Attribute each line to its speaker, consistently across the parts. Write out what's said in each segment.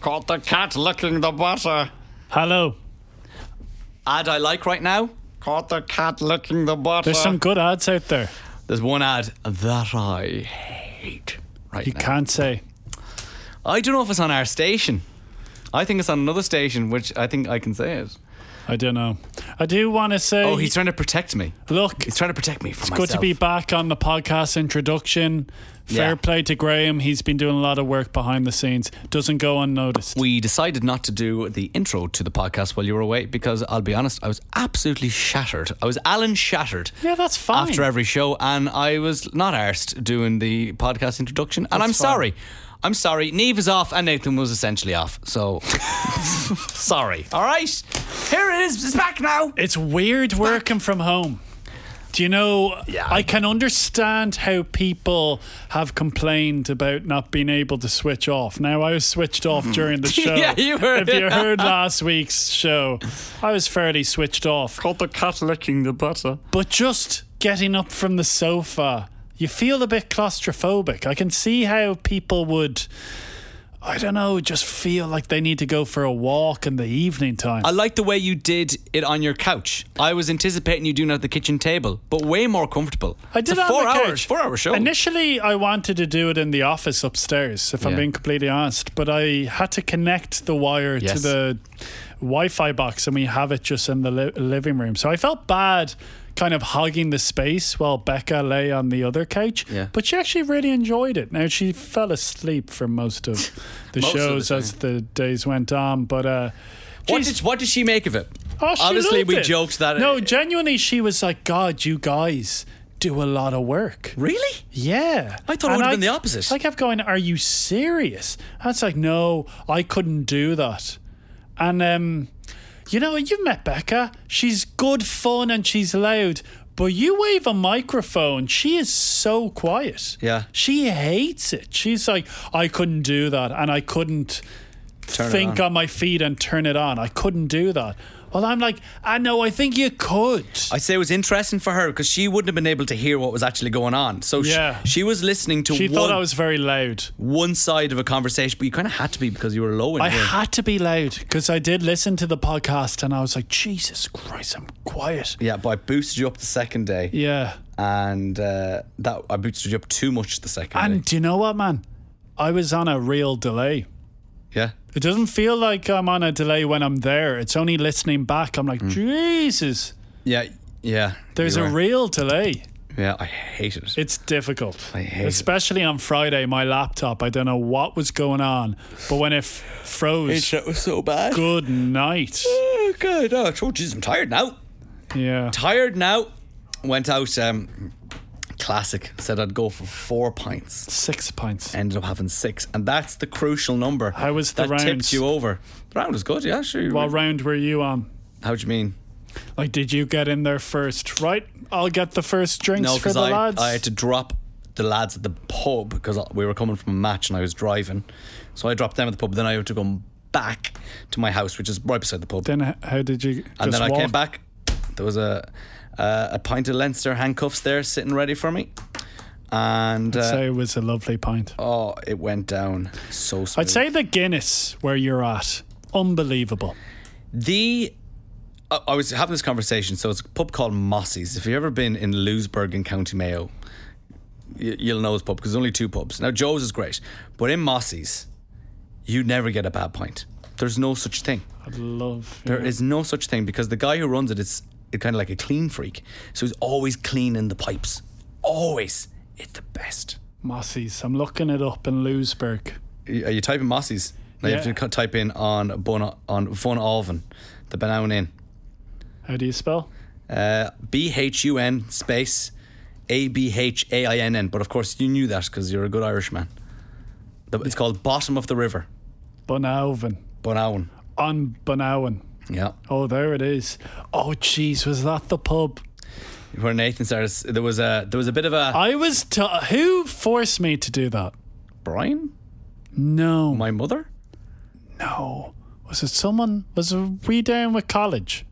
Speaker 1: caught the cat licking the butter.
Speaker 2: Hello.
Speaker 3: Ad I like right now.
Speaker 1: Caught the cat licking the butter.
Speaker 2: There's some good ads out there.
Speaker 3: There's one ad that I hate right
Speaker 2: You
Speaker 3: now.
Speaker 2: can't say.
Speaker 3: I don't know if it's on our station. I think it's on another station, which I think I can say it.
Speaker 2: I don't know. I do want to say.
Speaker 3: Oh, he's trying to protect me.
Speaker 2: look.
Speaker 3: He's trying to protect me from
Speaker 2: It's good to be back on the podcast introduction. Fair
Speaker 3: Yeah.
Speaker 2: play to Graham. He's been doing a lot of work behind the scenes. Doesn't go unnoticed.
Speaker 3: We decided not to do the intro to the podcast while you were away because I'll be honest, I was absolutely shattered. I was Alan shattered.
Speaker 2: yeah, that's fine.
Speaker 3: after every show, and I was not arsed doing the podcast introduction. And I'm sorry. I'm sorry. Neve is off, and Nathan was essentially off. So sorry. All right. Here it is. It's back now.
Speaker 2: It's weird working from home. Do you know?
Speaker 3: Yeah.
Speaker 2: I can understand how people have complained about not being able to switch off. Now I was switched off during the show.
Speaker 3: Mm-hmm. Yeah, you were.
Speaker 2: If you heard last week's show, I was fairly switched off.
Speaker 1: Caught the cat licking the butter.
Speaker 2: But just getting up from the sofa, you feel a bit claustrophobic. I can see how people would. I don't know, just feel like they need to go for a walk in the evening time.
Speaker 3: I like the way you did it on your couch. I was anticipating you doing it at the kitchen table, but way more comfortable.
Speaker 2: I did
Speaker 3: it's
Speaker 2: it
Speaker 3: a
Speaker 2: on
Speaker 3: four
Speaker 2: the
Speaker 3: hours,
Speaker 2: couch.
Speaker 3: four hour show.
Speaker 2: Initially, I wanted to do it in the office upstairs, if I'm
Speaker 3: Yeah.
Speaker 2: being completely honest, but I had to connect the wire to
Speaker 3: Yes.
Speaker 2: the Wi Fi box and we have it just in the li- living room. So I felt bad kind of hogging the space while Becca lay on the other couch,
Speaker 3: Yeah.
Speaker 2: but she actually really enjoyed it. Now, she fell asleep for most of the
Speaker 3: Most of the
Speaker 2: shows as the days went on, but. Uh,
Speaker 3: what
Speaker 2: geez,
Speaker 3: did what did she make of it?
Speaker 2: Oh, she
Speaker 3: Obviously,
Speaker 2: loved
Speaker 3: we
Speaker 2: it.
Speaker 3: joked that. uh,
Speaker 2: No, genuinely, she was like, "God, you guys do a lot of work."
Speaker 3: really?
Speaker 2: Yeah.
Speaker 3: I thought it
Speaker 2: And
Speaker 3: would've been the opposite.
Speaker 2: I kept going, Are you serious? And it's like, No, I couldn't do that. And, um, you know, you've met Becca. She's good fun and she's loud. But you wave a microphone, she is so quiet.
Speaker 3: Yeah.
Speaker 2: She hates it. She's like, I couldn't do that. And I couldn't
Speaker 3: it
Speaker 2: think
Speaker 3: on.
Speaker 2: on. my feet and turn it on. I couldn't do that. Well, I'm like, I know, I think you could.
Speaker 3: I'd say it was interesting for her because she wouldn't have been able to hear what was actually going on. So she-
Speaker 2: Yeah.
Speaker 3: she, was listening to
Speaker 2: she
Speaker 3: one,
Speaker 2: thought I was very loud.
Speaker 3: one side of a conversation, but you kind of had to be because you were low in
Speaker 2: I
Speaker 3: here.
Speaker 2: had to be loud because I did listen to the podcast and I was like, Jesus Christ, I'm quiet.
Speaker 3: yeah, but I boosted you up the second day,
Speaker 2: Yeah.
Speaker 3: and uh, that I boosted you up too much the second
Speaker 2: And
Speaker 3: day.
Speaker 2: do you know what, man? I was on a real delay.
Speaker 3: Yeah,
Speaker 2: It doesn't feel like I'm on a delay when I'm there. It's only listening back. I'm
Speaker 3: Hmm.
Speaker 2: like, Jesus,
Speaker 3: yeah, yeah.
Speaker 2: there's
Speaker 3: you
Speaker 2: a
Speaker 3: were.
Speaker 2: real delay.
Speaker 3: yeah. I hated it.
Speaker 2: It's difficult.
Speaker 3: I hate it.
Speaker 2: Especially on Friday, my laptop. I don't know what was going on, but when it f- froze,
Speaker 3: It was so bad.
Speaker 2: good night.
Speaker 3: Oh, God, oh, jeez, I'm tired now.
Speaker 2: Yeah.
Speaker 3: Tired now. Went out. Um, classic. Said I'd go for four pints.
Speaker 2: Six pints.
Speaker 3: ended up having six, and that's the crucial number.
Speaker 2: How was the
Speaker 3: that
Speaker 2: rounds?
Speaker 3: tipped you over? The round was good, yeah. Sure.
Speaker 2: What round were you on?
Speaker 3: How do you mean?
Speaker 2: Like, did you get in there first? Right, I'll get the first drinks
Speaker 3: No,
Speaker 2: for
Speaker 3: because
Speaker 2: the
Speaker 3: I,
Speaker 2: lads.
Speaker 3: I had to drop the lads at the pub because we were coming from a match and I was driving, so I dropped them at the pub. Then I had to go back to my house, which is right beside the pub.
Speaker 2: then h- how did you? Just
Speaker 3: and then I
Speaker 2: walk?
Speaker 3: came back. There was a uh, a pint of Leinster handcuffs there sitting ready for me, and
Speaker 2: So
Speaker 3: uh,
Speaker 2: it was a lovely pint.
Speaker 3: oh, it went down so smooth.
Speaker 2: I'd say the Guinness where you're at, unbelievable.
Speaker 3: The uh, I I was having this conversation. So it's a pub called Mossy's. If you've ever been in Lewisburg in County Mayo, you, you'll know this pub because there's only two pubs. Now Joe's is great, but in Mossy's, you never get a bad pint. There's no such thing.
Speaker 2: I'd love.
Speaker 3: There is no such thing because the guy who runs it is kind of like a clean freak. So he's always cleaning the pipes. Always. It's the best.
Speaker 2: Mossy's. I'm looking it up in Lewisburg.
Speaker 3: Are you- are you typing Mossy's? Now you
Speaker 2: Yeah.
Speaker 3: have to c- type in on Bon on Von Alven, the Benown Inn.
Speaker 2: How do you spell?
Speaker 3: Uh, B H U N space A B H A I N N. But of course, you knew that because you're a good Irishman. The- It's called Bottom of the River,
Speaker 2: Bunalvin.
Speaker 3: Bonowen.
Speaker 2: On Bunalvin.
Speaker 3: Yeah,
Speaker 2: Oh, there it is. Oh, jeez, was that the pub?
Speaker 3: where Nathan starts. There was a there was a bit of a
Speaker 2: I was. T- who forced me to do that?
Speaker 3: Brian,
Speaker 2: No,
Speaker 3: my mother
Speaker 2: no. Was it someone? Was we down with college?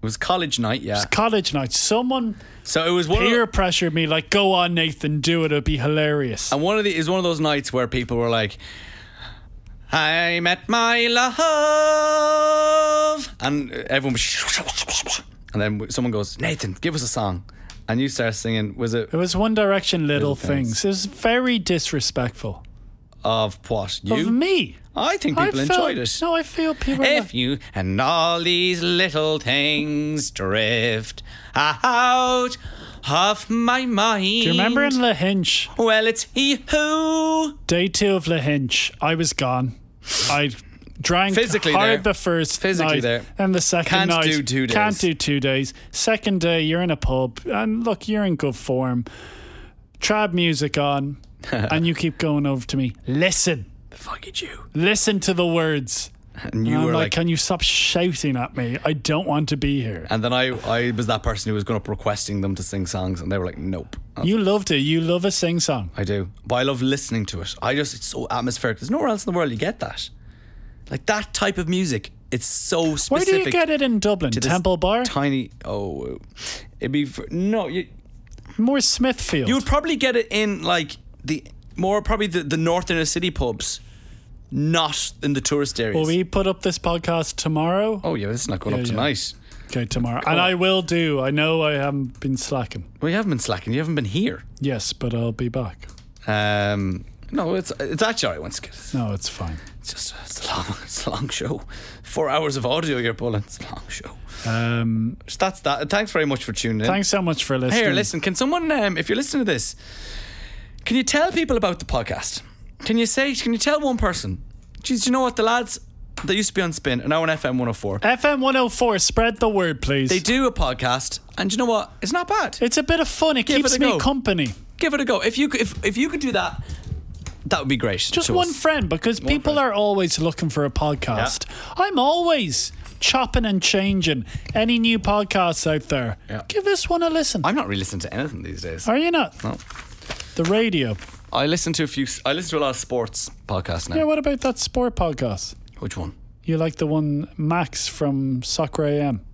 Speaker 3: it was college night. Yeah,
Speaker 2: College night. Someone
Speaker 3: so it was one.
Speaker 2: peer
Speaker 3: Of,
Speaker 2: pressured me like go on nathan do it it'll be hilarious
Speaker 3: and one of the is one of those nights where people were like, I met my love. And everyone was. And then someone goes, Nathan, give us a song. And you start singing, was it
Speaker 2: It was One Direction Little,
Speaker 3: Things.
Speaker 2: Things. It was very disrespectful
Speaker 3: of what? You?
Speaker 2: of me.
Speaker 3: I think
Speaker 2: I
Speaker 3: people
Speaker 2: felt-
Speaker 3: enjoyed it.
Speaker 2: No, I feel people. are
Speaker 3: If you and all these little things drift out of my mind.
Speaker 2: Do you remember in La Hinch,
Speaker 3: Well, it's he who.
Speaker 2: day two of La Hinch, I was gone. I drank
Speaker 3: Physically
Speaker 2: hard
Speaker 3: there.
Speaker 2: the first
Speaker 3: Physically
Speaker 2: night,
Speaker 3: there.
Speaker 2: and the second
Speaker 3: Can't
Speaker 2: night
Speaker 3: do two
Speaker 2: can't
Speaker 3: days.
Speaker 2: do two days. Second day, you're in a pub, and look, you're in good form. Trad music on, and you keep going over to me. Listen,
Speaker 3: Fuck it, you.
Speaker 2: listen to the words.
Speaker 3: And you
Speaker 2: I'm
Speaker 3: were
Speaker 2: like, uh,
Speaker 3: like.
Speaker 2: can you stop shouting at me? I don't want to be here.
Speaker 3: and then I, I was that person who was going up requesting them to sing songs, and they were like, nope.
Speaker 2: You loved it. You love a sing song.
Speaker 3: I do. But I love listening to it. I just, it's so atmospheric. There's nowhere else in the world you get that. Like that type of music, it's so
Speaker 2: Where
Speaker 3: specific.
Speaker 2: do you get it in Dublin?
Speaker 3: to this
Speaker 2: Temple Bar?
Speaker 3: Tiny. Oh, it'd be. For, no, you,
Speaker 2: More Smithfield.
Speaker 3: You would probably get it in like the more probably the, the north inner city pubs, not in the tourist areas.
Speaker 2: Will we put up this podcast tomorrow?
Speaker 3: oh yeah, this is not going up
Speaker 2: yeah.
Speaker 3: tonight.
Speaker 2: Okay, tomorrow. And I will do. I know I haven't been slacking.
Speaker 3: Well, you haven't been slacking. You haven't been here.
Speaker 2: Yes, but I'll be back.
Speaker 3: Um, no, it's it's actually all right once again.
Speaker 2: No, it's fine.
Speaker 3: It's just it's a long it's a long show. Four hours of audio you're pulling. It's a long show.
Speaker 2: Um,
Speaker 3: So that's that. Thanks very much for tuning in.
Speaker 2: thanks so much for listening.
Speaker 3: Here, listen. Can someone, um, if you're listening to this, can you tell people about the podcast? Can you say? Can you tell one person? Geez, do you know what the lads that used to be on Spin are now on FM 104?
Speaker 2: FM 104, spread the word, please.
Speaker 3: They do a podcast, and do you know what? It's not bad.
Speaker 2: It's a bit of fun. It
Speaker 3: Give
Speaker 2: keeps
Speaker 3: it a
Speaker 2: me
Speaker 3: go.
Speaker 2: company.
Speaker 3: Give it a go. If you could- if if you could do that, that would be great.
Speaker 2: Just
Speaker 3: to
Speaker 2: one
Speaker 3: us.
Speaker 2: friend, because people
Speaker 3: friend.
Speaker 2: are always looking for a podcast. I'm always chopping and changing any new podcasts out there.
Speaker 3: Yeah.
Speaker 2: Give this one a listen.
Speaker 3: I'm not really listening to anything these days.
Speaker 2: are you not?
Speaker 3: No.
Speaker 2: The radio.
Speaker 3: I listen to a few. I listen to a lot of sports podcasts now.
Speaker 2: Yeah, what about that sport podcast?
Speaker 3: Which one?
Speaker 2: You like the one Max from Soccer AM?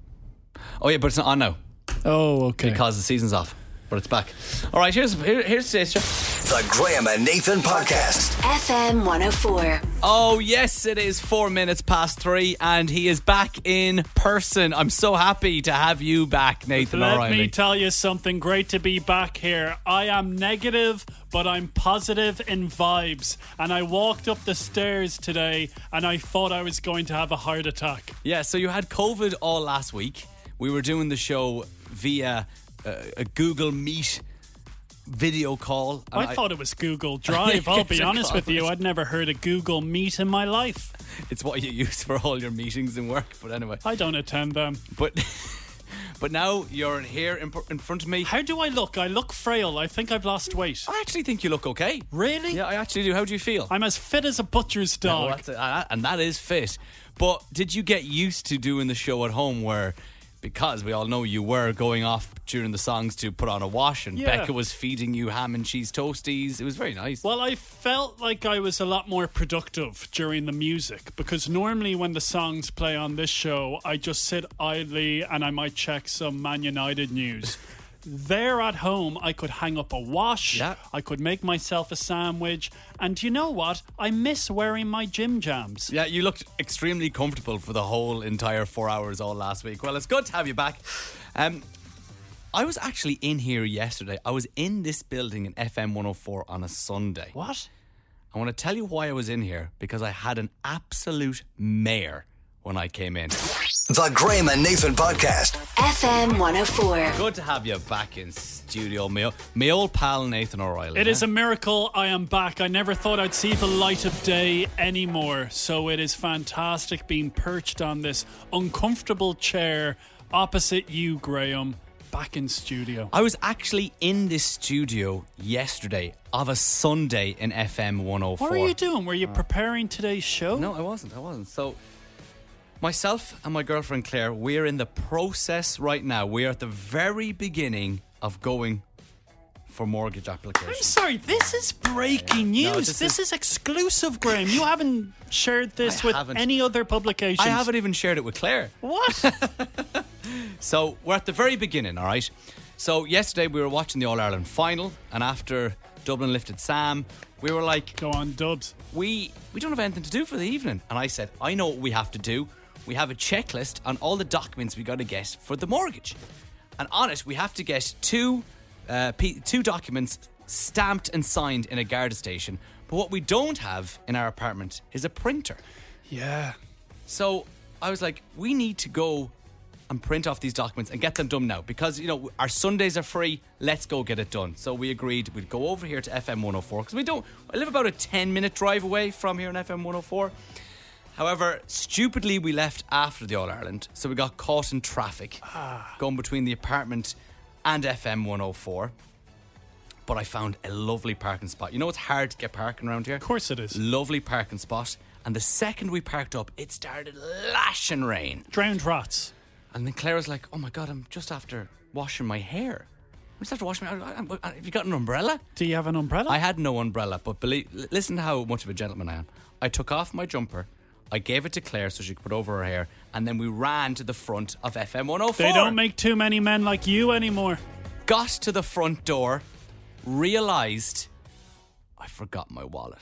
Speaker 3: Oh yeah, but it's not on now
Speaker 2: Oh, okay.
Speaker 3: because the season's off. But it's back. All right, here's here, here's today's show.
Speaker 4: The Graham and Nathan Podcast.
Speaker 5: FM 104.
Speaker 3: Oh, yes, it is four minutes past three, and he is back in person. I'm so happy to have you back, Nathan
Speaker 2: Let
Speaker 3: O'Reilly.
Speaker 2: me tell you something. Great to be back here. I am negative, but I'm positive in vibes. And I walked up the stairs today and I thought I was going to have a heart attack.
Speaker 3: yeah, so you had COVID all last week. We were doing the show via uh, a Google Meet video call. and
Speaker 2: I, thought it was Google Drive. I'll be honest with you. I'd never heard of Google Meet in my life.
Speaker 3: it's what you use for all your meetings and work. But anyway,
Speaker 2: I don't attend them.
Speaker 3: but but now you're in here in, pr- in front of me.
Speaker 2: How do I look? I look frail. I think I've lost weight.
Speaker 3: I actually think you look okay.
Speaker 2: Really?
Speaker 3: Yeah, I actually do. How do you feel?
Speaker 2: I'm as fit as a butcher's
Speaker 3: Oh,
Speaker 2: dog.
Speaker 3: that's uh, and that is fit. But did you get used to doing the show at home where, because we all know you were going off during the songs to put on a wash and
Speaker 2: Yeah.
Speaker 3: Becca was feeding you ham and cheese toasties? It was very nice.
Speaker 2: Well, I felt like I was a lot more productive during the music because normally when the songs play on this show, I just sit idly and I might check some Man United news. there at home, I could hang up a wash,
Speaker 3: Yeah.
Speaker 2: I could make myself a sandwich, and you know what? I miss wearing my gym jams.
Speaker 3: Yeah, you looked extremely comfortable for the whole entire four hours all last week. Well, it's good to have you back. Um, I was actually in here yesterday. I was in this building in FM 104 on a Sunday.
Speaker 2: What?
Speaker 3: I want to tell you why I was in here because I had an absolute mare when I came in.
Speaker 4: The Graham and Nathan Podcast.
Speaker 5: FM 104.
Speaker 3: Good to have you back in studio, my, my old pal Nathan O'Reilly.
Speaker 2: It
Speaker 3: eh?
Speaker 2: is a miracle I am back. I never thought I'd see the light of day anymore. So it is fantastic being perched on this uncomfortable chair opposite you, Graham, back in studio.
Speaker 3: I was actually in this studio yesterday of a Sunday in FM 104.
Speaker 2: What were you doing? Were you preparing today's show?
Speaker 3: Uh, No, I wasn't. I wasn't. So, myself and my girlfriend Claire, we're in the process right now. We are at the very beginning of going for mortgage
Speaker 2: I'm
Speaker 3: applications.
Speaker 2: sorry, this is breaking news.
Speaker 3: No,
Speaker 2: this
Speaker 3: this
Speaker 2: is, exclusive, Graham. You haven't shared this
Speaker 3: I
Speaker 2: with
Speaker 3: haven't.
Speaker 2: any other publications.
Speaker 3: I haven't even shared it with Claire.
Speaker 2: What?
Speaker 3: So we're at the very beginning, all right? So yesterday we were watching the All Ireland final, and after Dublin lifted Sam, we were like,
Speaker 2: Go on, dubs.
Speaker 3: we we don't have anything to do for the evening. And I said, I know what we have to do. We have a checklist on all the documents we got to get for the mortgage. And on it, we have to get two uh, pe two documents stamped and signed in a Garda station. But what we don't have in our apartment is a printer.
Speaker 2: Yeah.
Speaker 3: So I was like, we need to go and print off these documents and get them done now because you know our Sundays are free. Let's go get it done. So we agreed we'd go over here to FM 104 because oh we don't. I live about a 10 minute drive away from here on FM 104. However, stupidly we left after the All Ireland, so we got caught in traffic
Speaker 2: Ah.
Speaker 3: going between the apartment and FM 104. But I found a lovely parking spot. You know it's hard to get parking around here.
Speaker 2: Of course it is.
Speaker 3: Lovely parking spot. And the second we parked up, it started lashing rain.
Speaker 2: Drowned rats.
Speaker 3: And then Clara's like, "Oh my god, I'm just after washing my hair. I'm just after washing my. I, I, I, have you got an umbrella?
Speaker 2: Do you have an umbrella?
Speaker 3: I had no umbrella, but believe, l- listen to how much of a gentleman I am. I took off my jumper, I gave it to Claire so she could put over her hair, and then we ran to the front of FM 104.
Speaker 2: they don't make too many men like you anymore.
Speaker 3: Got to the front door, realized I forgot my wallet.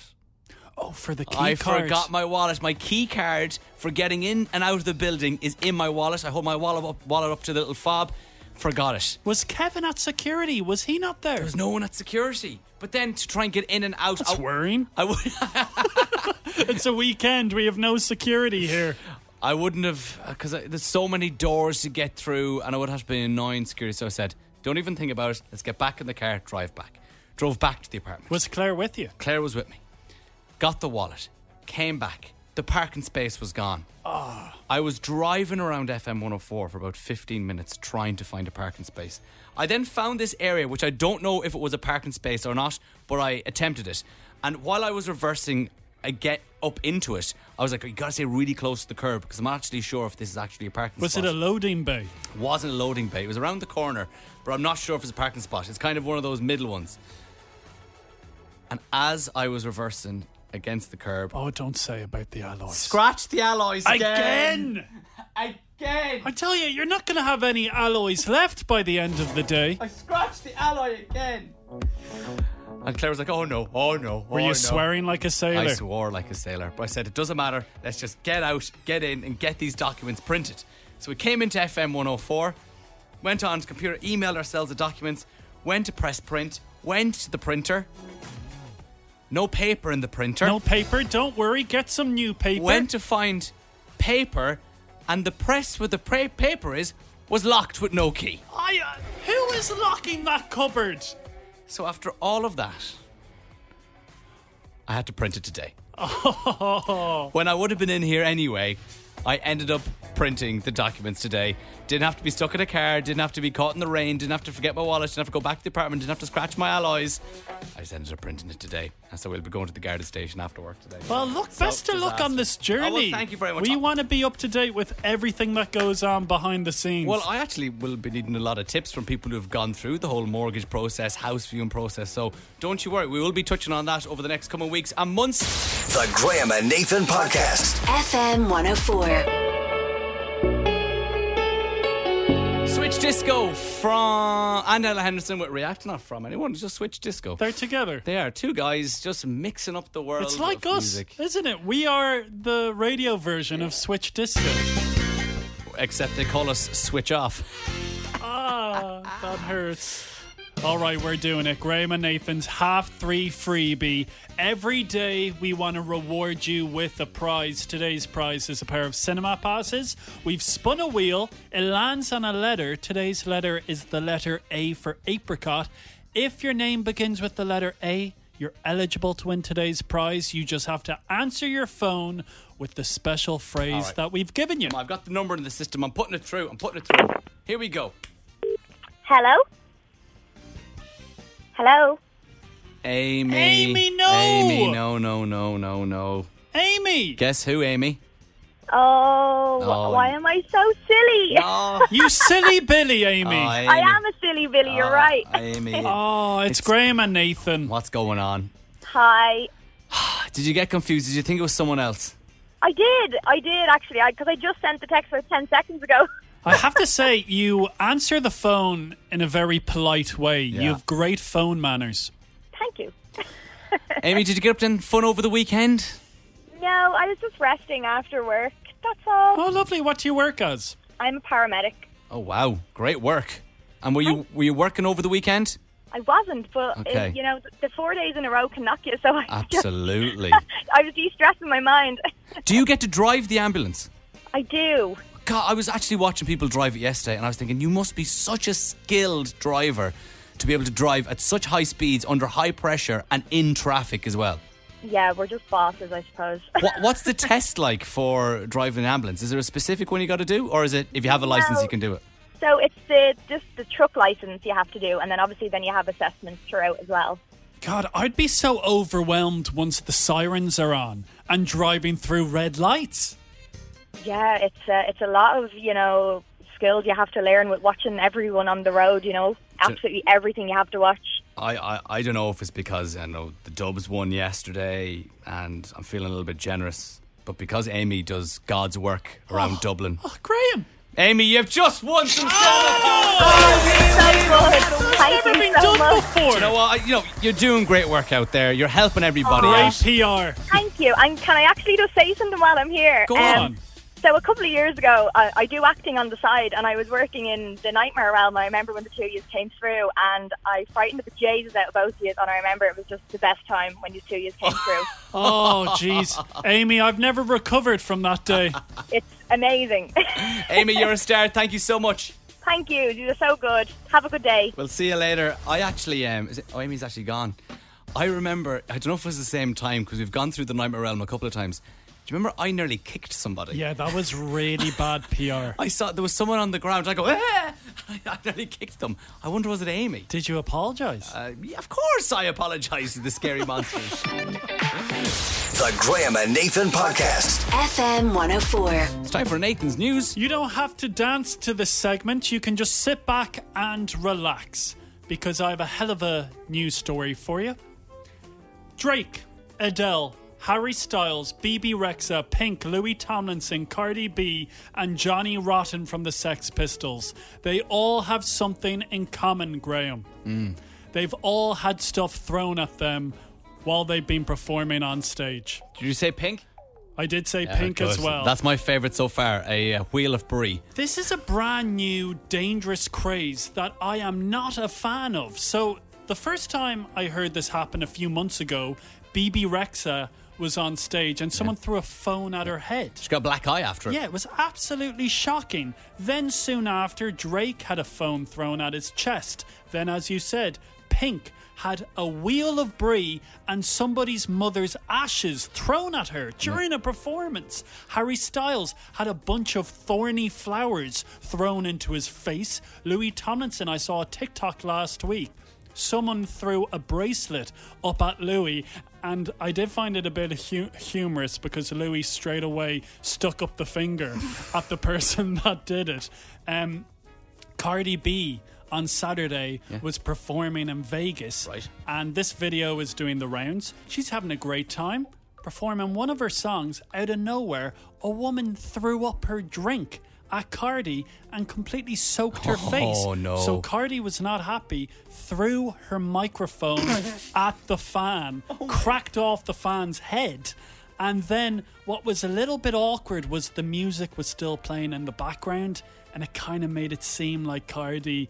Speaker 2: Oh, for the key
Speaker 3: I
Speaker 2: card.
Speaker 3: forgot my wallet. My key card for getting in and out of the building is in my wallet. I hold my wallet up, wallet up to the little fob. Forgot it.
Speaker 2: Was Kevin at security? Was he not there?
Speaker 3: There's no one at security. But then to try and get in and out,
Speaker 2: That's
Speaker 3: I,
Speaker 2: worrying.
Speaker 3: I would,
Speaker 2: It's a weekend. We have no security here.
Speaker 3: I wouldn't have because there's so many doors to get through, and I would have to be annoying security. So I said, "Don't even think about it. Let's get back in the car. Drive back." Drove back to the apartment.
Speaker 2: Was Claire with you?
Speaker 3: Claire was with me. Got the wallet. Came back. The parking space was gone. I was driving around FM 104 for about 15 minutes trying to find a parking space. I then found this area, which I don't know if it was a parking space or not, but I attempted it. And while I was reversing, I get up into it. I was like, you gotta stay really close to the curb because I'm not actually sure if this is actually a parking
Speaker 2: Was
Speaker 3: spot
Speaker 2: it a loading bay?
Speaker 3: wasn't a loading bay. It was around the corner, but I'm not sure if it's a parking spot. It's kind of one of those middle ones. And as I was reversing against the curb,
Speaker 2: Oh, don't say about the alloys.
Speaker 3: scratched the alloys again.
Speaker 2: Again!
Speaker 3: Again.
Speaker 2: I tell you, you're not going to have any alloys left by the end of the day.
Speaker 3: I scratched the alloy again. And Claire was like, "Oh no, oh no."
Speaker 2: Were you swearing like a
Speaker 3: I
Speaker 2: sailor?
Speaker 3: swore like a sailor, but I said it doesn't matter. Let's just get out, get in, and get these documents printed. So we came into FM 104, went on to computer, emailed ourselves the documents, went to press print, went to the printer. No paper in the printer.
Speaker 2: no paper. Don't worry. Get some new paper.
Speaker 3: Went to find paper, and the press where the pra- paper is was locked with no key.
Speaker 2: I, uh, who is locking that cupboard?
Speaker 3: So after all of that, I had to print it today. When I would have been in here anyway, I ended up printing the documents today. Didn't have to be stuck in a car, didn't have to be caught in the rain, didn't have to forget my wallet, didn't have to go back to the apartment, didn't have to scratch my alloys. I just ended up printing it today. And so we'll be going to the Garda station after work today.
Speaker 2: Well, look, best of luck on
Speaker 3: disaster.
Speaker 2: this journey.
Speaker 3: Oh, well, thank you very much.
Speaker 2: We
Speaker 3: I-
Speaker 2: want to be up to date with everything that goes on behind the scenes.
Speaker 3: Well, I actually will be needing a lot of tips from people who have gone through the whole mortgage process, house viewing process. So don't you worry, we will be touching on that over the next coming weeks and months.
Speaker 4: The Graham and Nathan Podcast.
Speaker 5: FM 104.
Speaker 3: Switch Disco from and Ella Henderson with React, not from anyone, just Switch Disco.
Speaker 2: they're together.
Speaker 3: They are two guys just mixing up the world.
Speaker 2: It's like
Speaker 3: of
Speaker 2: us,
Speaker 3: music.
Speaker 2: isn't it? We are the radio version of Switch Disco.
Speaker 3: except they call us Switch Off.
Speaker 2: Ah, that hurts. All right, we're doing it. Graham and Nathan's half three freebie. Every day we want to reward you with a prize. Today's prize is a pair of cinema passes. We've spun a wheel, it lands on a letter. Today's letter is the letter A for apricot. If your name begins with the letter A, you're eligible to win today's prize. You just have to answer your phone with the special phrase that we've given you.
Speaker 3: I've got the number in the system. I'm putting it through. I'm putting it through. Here we go.
Speaker 6: Hello? Hello?
Speaker 3: Amy.
Speaker 2: Amy, no!
Speaker 3: Amy, no, no, no, no, no.
Speaker 2: Amy!
Speaker 3: Guess who, Amy?
Speaker 6: Oh,
Speaker 3: Oh,
Speaker 6: why
Speaker 3: and-
Speaker 6: am I so silly?
Speaker 3: Oh,
Speaker 2: You silly Billy, Amy.
Speaker 3: oh, Amy. Uh,
Speaker 6: I am a silly Billy, you're right.
Speaker 3: Ah, Amy.
Speaker 2: Oh, it's, Graham and Nathan.
Speaker 3: What's going on?
Speaker 6: Hi.
Speaker 3: Did you get confused? Did you think it was someone else?
Speaker 6: I did, I did actually, because I, just sent the text about 10 seconds ago.
Speaker 2: I have to say, you answer the phone in a very polite way. You
Speaker 3: Yeah.
Speaker 2: have great phone manners.
Speaker 6: Thank you.
Speaker 3: Amy, did you get up to any fun over the weekend?
Speaker 6: No, I was just resting after work. That's all.
Speaker 2: Oh, lovely. What do you work as?
Speaker 6: I'm a paramedic.
Speaker 3: Oh wow, great work! And were you were you working over the weekend?
Speaker 6: I wasn't, but it-
Speaker 3: Okay.
Speaker 6: you know, th- the four days in a row can knock you. So I just,
Speaker 3: Absolutely.
Speaker 6: I was de-stressing my mind.
Speaker 3: Do you get to drive the ambulance?
Speaker 6: I do.
Speaker 3: God, I was actually watching people drive it yesterday, and I was thinking you must be such a skilled driver to be able to drive at such high speeds under high pressure and in traffic as well.
Speaker 6: Yeah, we're just bosses, I suppose.
Speaker 3: What, what's the test like for driving an ambulance? Is there a specific one you got to do, or is it if you have a license you can do it?
Speaker 6: so it's the just the truck license you have to do, and then obviously then you have assessments throughout as well.
Speaker 2: God, I'd be so overwhelmed once the sirens are on and driving through red lights.
Speaker 6: Yeah, it's a, it's a lot of you know skills you have to learn with watching everyone on the road. You know, absolutely everything you have to watch.
Speaker 3: I, I, I don't know if it's because I know the Dubs won yesterday and I'm feeling a little bit generous, but because Amy does God's work around Dublin.
Speaker 2: Oh, Graham,
Speaker 3: Amy, you've just won some silver.
Speaker 6: Thank
Speaker 2: never
Speaker 6: you
Speaker 2: been
Speaker 6: so
Speaker 2: done
Speaker 6: much.
Speaker 2: before.
Speaker 3: You know what? I- You know you're doing great work out there. You're helping everybody
Speaker 2: Great
Speaker 3: out.
Speaker 2: PR.
Speaker 6: Thank you. And can I actually just say something while I'm here?
Speaker 2: Go
Speaker 6: Um,
Speaker 2: on.
Speaker 6: So a couple of years ago, I, I do acting on the side, and I was working in the nightmare realm. I remember when the two years came through, and I frightened the bejesus out of both of you. And I remember it was just the best time when you two years came through.
Speaker 2: Oh, jeez. Amy, I've never recovered from that day.
Speaker 6: It's amazing.
Speaker 3: Amy, you're a star. Thank you so much.
Speaker 6: Thank you. You're so good. Have a good day.
Speaker 3: We'll see you later. I actually um, is it, oh, Amy's actually gone. I remember. I don't know if it was the same time because we've gone through the nightmare realm a couple of times. Do you remember I nearly kicked somebody?
Speaker 2: Yeah, that was really bad PR.
Speaker 3: I saw there was someone on the ground. I go, ah! I nearly kicked them. I wonder was it Amy?
Speaker 2: Did you apologize?
Speaker 3: Uh, yeah, of course, I apologise to the scary monsters.
Speaker 4: The Graham and Nathan Podcast.
Speaker 5: FM 104.
Speaker 3: it's time for Nathan's news.
Speaker 2: You don't have to dance to this segment. You can just sit back and relax because I have a hell of a news story for you. Drake, Adele, Harry Styles, BB Rexa, Pink, Louis Tomlinson, Cardi B, and Johnny Rotten from the Sex Pistols. They all have something in common, Graham. They've all had stuff thrown at them while they've been performing on stage.
Speaker 3: Did you say pink?
Speaker 2: I did say Pink as well.
Speaker 3: That's my favourite so far. A uh, wheel of brie.
Speaker 2: This is a brand new dangerous craze that I am not a fan of. So, the first time I heard this happen a few months ago, BB Rexa was on stage and someone threw a phone at her head.
Speaker 3: She got a black eye after it.
Speaker 2: Yeah, it was absolutely shocking. Then, soon after, Drake had a phone thrown at his chest. Then, as you said, Pink had a wheel of brie and somebody's mother's ashes thrown at her during a performance. Harry Styles had a bunch of thorny flowers thrown into his face. Louis Tomlinson, I saw a TikTok last week. Someone threw a bracelet up at Louis, and I did find it a bit hu- humorous because Louis straight away stuck up the finger at the person that did it. Um, Cardi B on Saturday was performing in Vegas,
Speaker 3: Right.
Speaker 2: and this video is doing the rounds. She's having a great time performing one of her songs. Out of nowhere, a woman threw up her drink at Cardi and completely soaked her face.
Speaker 3: Oh, no.
Speaker 2: So Cardi was not happy, threw her microphone at the fan, cracked off the fan's head. And then what was a little bit awkward was the music was still playing in the background, and it kind of made it seem like Cardi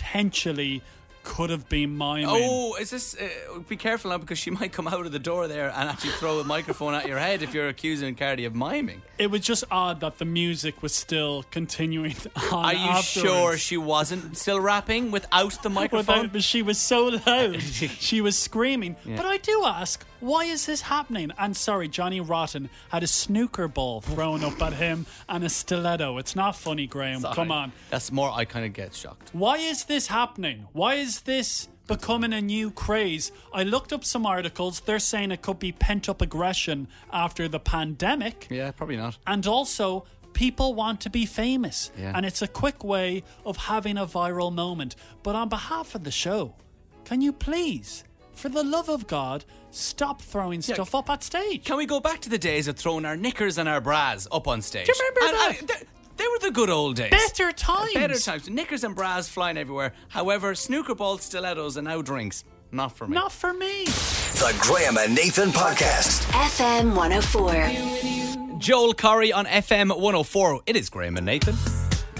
Speaker 2: potentially could have been miming.
Speaker 3: Oh, is this? Uh, be careful now because she might come out of the door there and actually throw a microphone at your head if you're accusing Cardi of miming.
Speaker 2: It was just odd that the music was still continuing on.
Speaker 3: Are you sure she wasn't still rapping without the microphone?
Speaker 2: Without, she was so loud. she was screaming. But I do ask, why is this happening? And sorry, Johnny Rotten had a snooker ball thrown up at him and a stiletto. It's not funny, Graham.
Speaker 3: Sorry.
Speaker 2: Come on.
Speaker 3: That's more. I kind of get shocked.
Speaker 2: Why is this happening? Why is this becoming a new craze? I looked up some articles. They're saying it could be pent up aggression after the pandemic
Speaker 3: Yeah, probably not.
Speaker 2: and also people want to be famous
Speaker 3: Yeah.
Speaker 2: and it's a quick way of having a viral moment but on behalf of the show can you please for the love of god stop throwing stuff up at stage
Speaker 3: Can we go back to the days of throwing our knickers and our bras up on stage?
Speaker 2: Do you remember
Speaker 3: And-
Speaker 2: that?
Speaker 3: and they, they were the good old days.
Speaker 2: better times
Speaker 3: Better times. Knickers and bras flying everywhere. However, snooker balls, stilettos, and now drinks. Not for me.
Speaker 2: Not for me.
Speaker 4: The Graham and Nathan Podcast.
Speaker 5: FM 104.
Speaker 3: Joel Curry on FM 104. It is Graham and Nathan.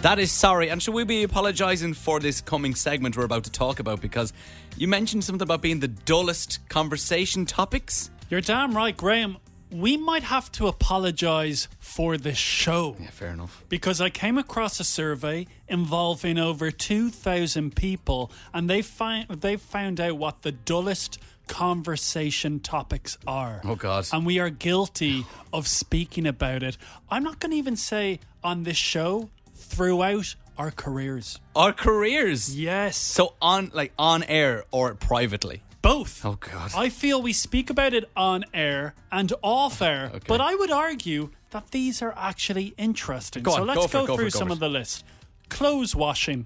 Speaker 3: That is sorry. And should we be apologising for this coming segment we're about to talk about? Because you mentioned something about being the dullest conversation topics.
Speaker 2: You're damn right, Graham. We might have to apologize for this show
Speaker 3: Fair enough.
Speaker 2: because I came across a survey involving over 2,000 people and they find they found out what the dullest conversation topics are.
Speaker 3: Oh, God.
Speaker 2: And we are guilty of speaking about it. I'm not going to even say on this show throughout our careers.
Speaker 3: Our careers.
Speaker 2: Yes.
Speaker 3: So on like on air or privately.
Speaker 2: both.
Speaker 3: Oh, God.
Speaker 2: I feel we speak about it on air and off air, but I would argue that these are actually interesting.
Speaker 3: Go
Speaker 2: so
Speaker 3: on,
Speaker 2: let's
Speaker 3: go for it,
Speaker 2: go,
Speaker 3: go for
Speaker 2: through
Speaker 3: it, go
Speaker 2: some
Speaker 3: for
Speaker 2: of
Speaker 3: it.
Speaker 2: the list. Clothes washing.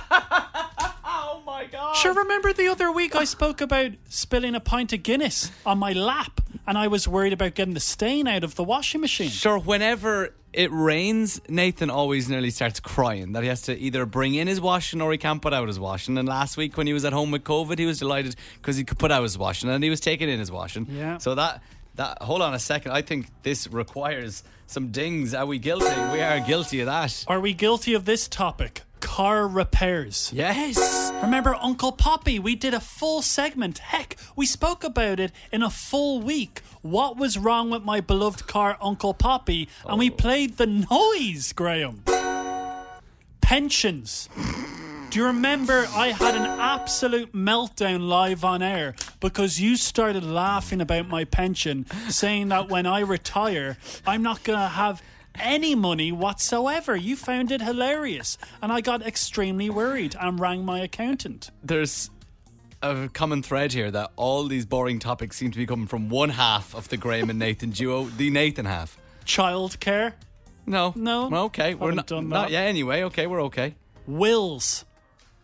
Speaker 3: Oh my god.
Speaker 2: Sure, remember the other week I spoke about spilling a pint of Guinness on my lap and I was worried about getting the stain out of the washing machine.
Speaker 3: Sure, whenever it rains, Nathan always nearly starts crying that he has to either bring in his washing or he can't put out his washing. And last week, when he was at home with COVID, he was delighted because he could put out his washing and he was taking in his washing.
Speaker 2: Yeah.
Speaker 3: So that that hold on a second, I think this requires some dings. Are we guilty? We are guilty of that.
Speaker 2: Are we guilty of this topic? Car repairs.
Speaker 3: Yes.
Speaker 2: Remember Uncle Poppy? We did a full segment. Heck, we spoke about it in a full week. What was wrong with my beloved car, Uncle Poppy? And we played the noise, Graham. Pensions. Do you remember I had an absolute meltdown live on air because you started laughing about my pension, saying that when I retire, I'm not going to have any money whatsoever. You found it hilarious. And I got extremely worried and rang my accountant.
Speaker 3: There's a common thread here that all these boring topics seem to be coming from one half of the Graham and Nathan duo, the Nathan half.
Speaker 2: Childcare,
Speaker 3: No.
Speaker 2: No.
Speaker 3: Well, Okay. We're
Speaker 2: Haven't
Speaker 3: not,
Speaker 2: done
Speaker 3: not
Speaker 2: that.
Speaker 3: yeah, anyway. Okay, we're okay.
Speaker 2: wills.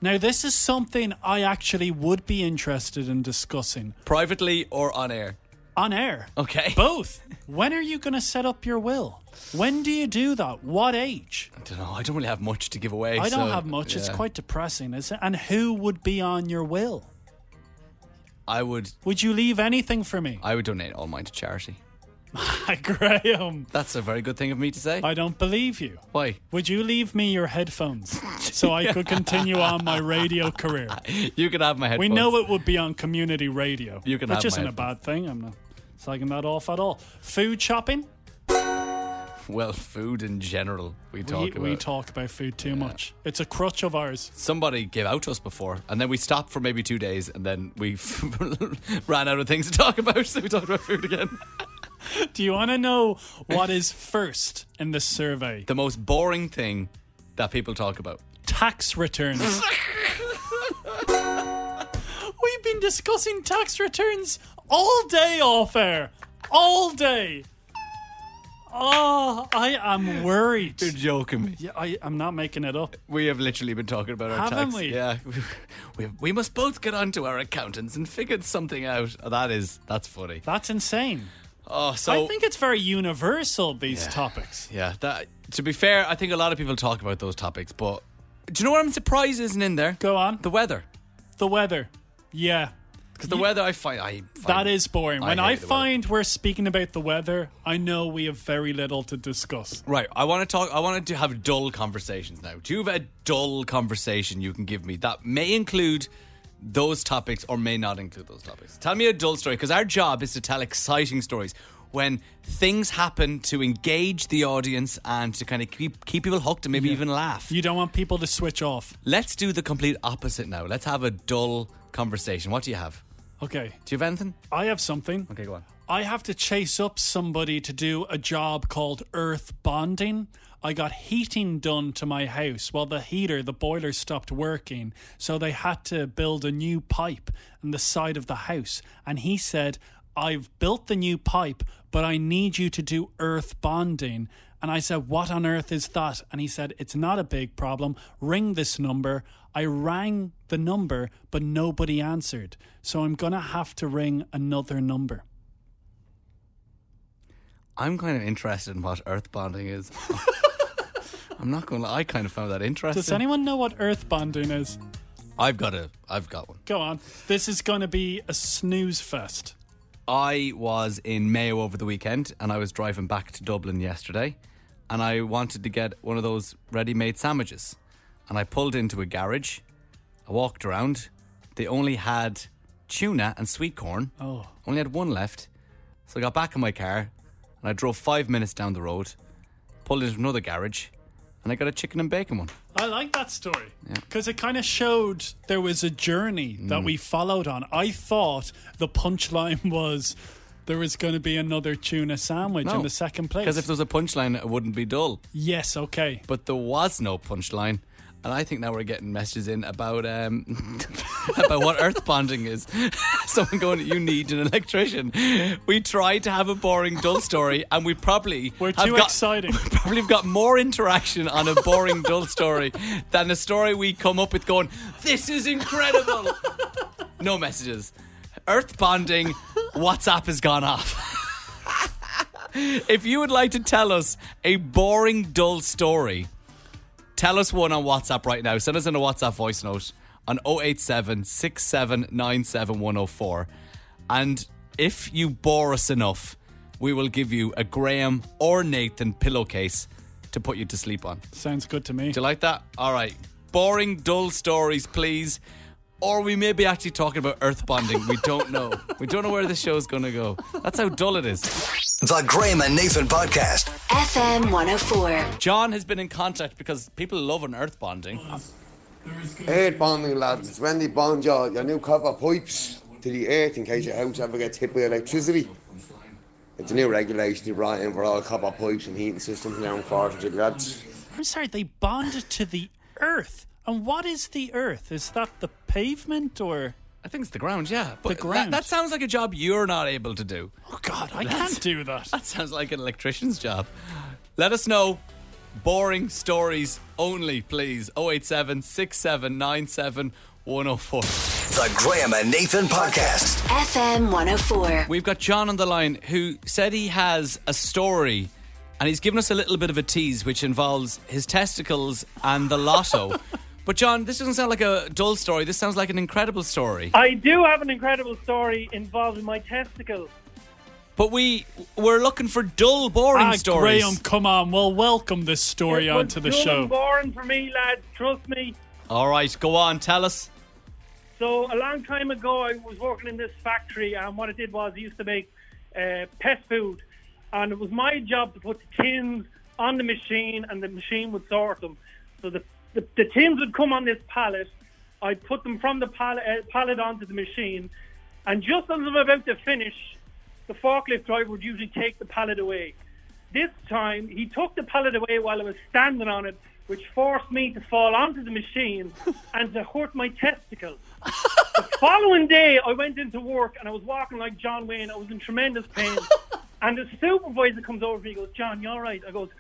Speaker 2: Now, this is something I actually would be interested in discussing
Speaker 3: Privately or on air.
Speaker 2: on air.
Speaker 3: Okay.
Speaker 2: Both. When are you going to set up your will? When do you do that? What age?
Speaker 3: I don't know. I don't really have much to give away.
Speaker 2: I don't
Speaker 3: so,
Speaker 2: have much. It's
Speaker 3: yeah.
Speaker 2: quite depressing, is it? And who would be on your will?
Speaker 3: I would.
Speaker 2: Would you leave anything for me?
Speaker 3: I would donate all mine to charity.
Speaker 2: Graham,
Speaker 3: That's a very good thing of me to say.
Speaker 2: I don't believe you.
Speaker 3: Why?
Speaker 2: Would you leave me your headphones so I could continue on my radio career?
Speaker 3: You could have my headphones.
Speaker 2: We know it would be on community radio.
Speaker 3: You can
Speaker 2: Which
Speaker 3: have my
Speaker 2: isn't a
Speaker 3: headphones.
Speaker 2: bad thing. I'm not slagging that off at all. Food shopping?
Speaker 3: Well, food in general, we talk
Speaker 2: We,
Speaker 3: about.
Speaker 2: we talk about food too much. It's a crutch of ours.
Speaker 3: Somebody gave out to us before, and then we stopped for maybe two days, and then we ran out of things to talk about, so we talked about food again.
Speaker 2: Do you want to know what is first in this survey?
Speaker 3: The most boring thing that people talk about.
Speaker 2: tax returns. We've been discussing tax returns all day off air. All day. Oh, I am worried.
Speaker 3: joking me.
Speaker 2: Yeah, I, I'm not making it up.
Speaker 3: We have literally been talking about our
Speaker 2: Haven't
Speaker 3: tax.
Speaker 2: we?
Speaker 3: Yeah, we, we must both get onto our accountants and figure something out. Oh, that is that's funny.
Speaker 2: That's insane.
Speaker 3: Oh, so
Speaker 2: I think it's very universal, these topics.
Speaker 3: yeah. That to be fair, I think a lot of people talk about those topics. But do you know what I'm surprised isn't in there?
Speaker 2: Go on.
Speaker 3: The weather,
Speaker 2: The weather. Yeah.
Speaker 3: because the weather I find I find,
Speaker 2: That is boring.
Speaker 3: I
Speaker 2: When
Speaker 3: hate
Speaker 2: I
Speaker 3: the weather.
Speaker 2: find we're speaking about the weather, I know we have very little to discuss.
Speaker 3: right. I want to talk. I want to have dull conversations now. Do you have a dull conversation you can give me that may include? Those topics, or may not include those topics. Tell me a dull story, because our job is to tell exciting stories when things happen to engage the audience and to kind of keep keep people hooked and maybe even laugh.
Speaker 2: You don't want people to switch off.
Speaker 3: Let's do the complete opposite now. Let's have a dull conversation. What do you have?
Speaker 2: Okay.
Speaker 3: Do you have anything?
Speaker 2: I have something.
Speaker 3: Okay, go on.
Speaker 2: I have to chase up somebody to do a job called earth bonding. I got heating done to my house. Well, the heater, the boiler stopped working, so they had to build a new pipe in the side of the house. And he said, I've built the new pipe, but I need you to do earth bonding. And I said, What on earth is that? And he said, It's not a big problem. Ring this number. I rang the number, but nobody answered. So I'm going to have to ring another number.
Speaker 3: I'm kind of interested in what earth bonding is. I'm not going to I kind of found that interesting.
Speaker 2: Does anyone know what earth bonding is?
Speaker 3: I've got a. I've got one.
Speaker 2: Go on. This is going to be a snooze fest.
Speaker 3: I was in Mayo over the weekend and I was driving back to Dublin yesterday and I wanted to get one of those ready made sandwiches. And I pulled into a garage, I walked around, they only had tuna and sweet corn. Oh. Only had one left. So I got back in my car and I drove five minutes down the road, pulled into another garage, and I got a chicken and bacon one.
Speaker 2: I like that story because it kind of showed there was a journey that we followed on. I thought the punchline was there was going to be another tuna sandwich in the second place.
Speaker 3: Because if there was a punchline, it wouldn't be dull.
Speaker 2: yes, okay.
Speaker 3: but there was no punchline. And I think now we're getting messages in about um, about what earth bonding is. Someone going, you need an electrician. We tried to have a boring, dull story, and we probably
Speaker 2: We're
Speaker 3: have
Speaker 2: too
Speaker 3: got-
Speaker 2: exciting.
Speaker 3: We probably have got more interaction on a boring, dull story than a story we come up with going, this is incredible. no messages. Earth bonding. WhatsApp has gone off. If you would like to tell us a boring, dull story, tell us one on WhatsApp right now. Send us in a WhatsApp voice note on 087 6797104. And if you bore us enough, we will give you a Graham or Nathan pillowcase to put you to sleep on. Do
Speaker 2: Sounds good to me.
Speaker 3: you like that? All right. Boring, dull stories, please. Or we may be actually talking about earth bonding. We don't know. we don't know where this show's going to go. That's how dull it is.
Speaker 4: The Graham and Nathan Podcast.
Speaker 5: FM 104.
Speaker 3: John has been in contact because people love an earth bonding.
Speaker 7: Eight bonding lads, it's when they bond your, your new copper pipes to the earth in case your house ever gets hit by electricity. It's a new regulation they brought in for all copper pipes and heating systems now, unfortunately, lads.
Speaker 2: I'm sorry, they bonded to the earth. And what is the earth? Is that the pavement or.
Speaker 3: I think it's the ground, yeah. But
Speaker 2: ground.
Speaker 3: That, that sounds like a job you're not able to do.
Speaker 2: Oh, God, I can't do that.
Speaker 3: That sounds like an electrician's job. Let us know. Boring stories only, please. 087 6797 104.
Speaker 4: The Graham and Nathan Podcast.
Speaker 5: FM 104.
Speaker 3: We've got John on the line who said he has a story and he's given us a little bit of a tease which involves his testicles and the lotto. but, John, this doesn't sound like a dull story. This sounds like an incredible story.
Speaker 8: I do have an incredible story involving my testicles.
Speaker 3: But we we're looking for dull, boring
Speaker 2: Ah,
Speaker 3: stories.
Speaker 2: Graham, come on. We'll welcome this story
Speaker 8: It was
Speaker 2: onto the
Speaker 8: dull
Speaker 2: show.
Speaker 8: and boring for me, lads. Trust me.
Speaker 3: All right, go on, tell us.
Speaker 8: So a long time ago, I was working in this factory, and what I did was I used to make uh, pet food, and it was my job to put the tins on the machine, and the machine would sort them. So the the, the tins would come on this pallet. I'd put them from the pallet, uh, pallet onto the machine, and just as I'm about to finish, the forklift driver would usually take the pallet away. This time, he took the pallet away while I was standing on it, which forced me to fall onto the machine and to hurt my testicles. the following day, I went into work and I was walking like John Wayne. I was in tremendous pain. and the supervisor comes over to me and goes, John, you all right? I goes,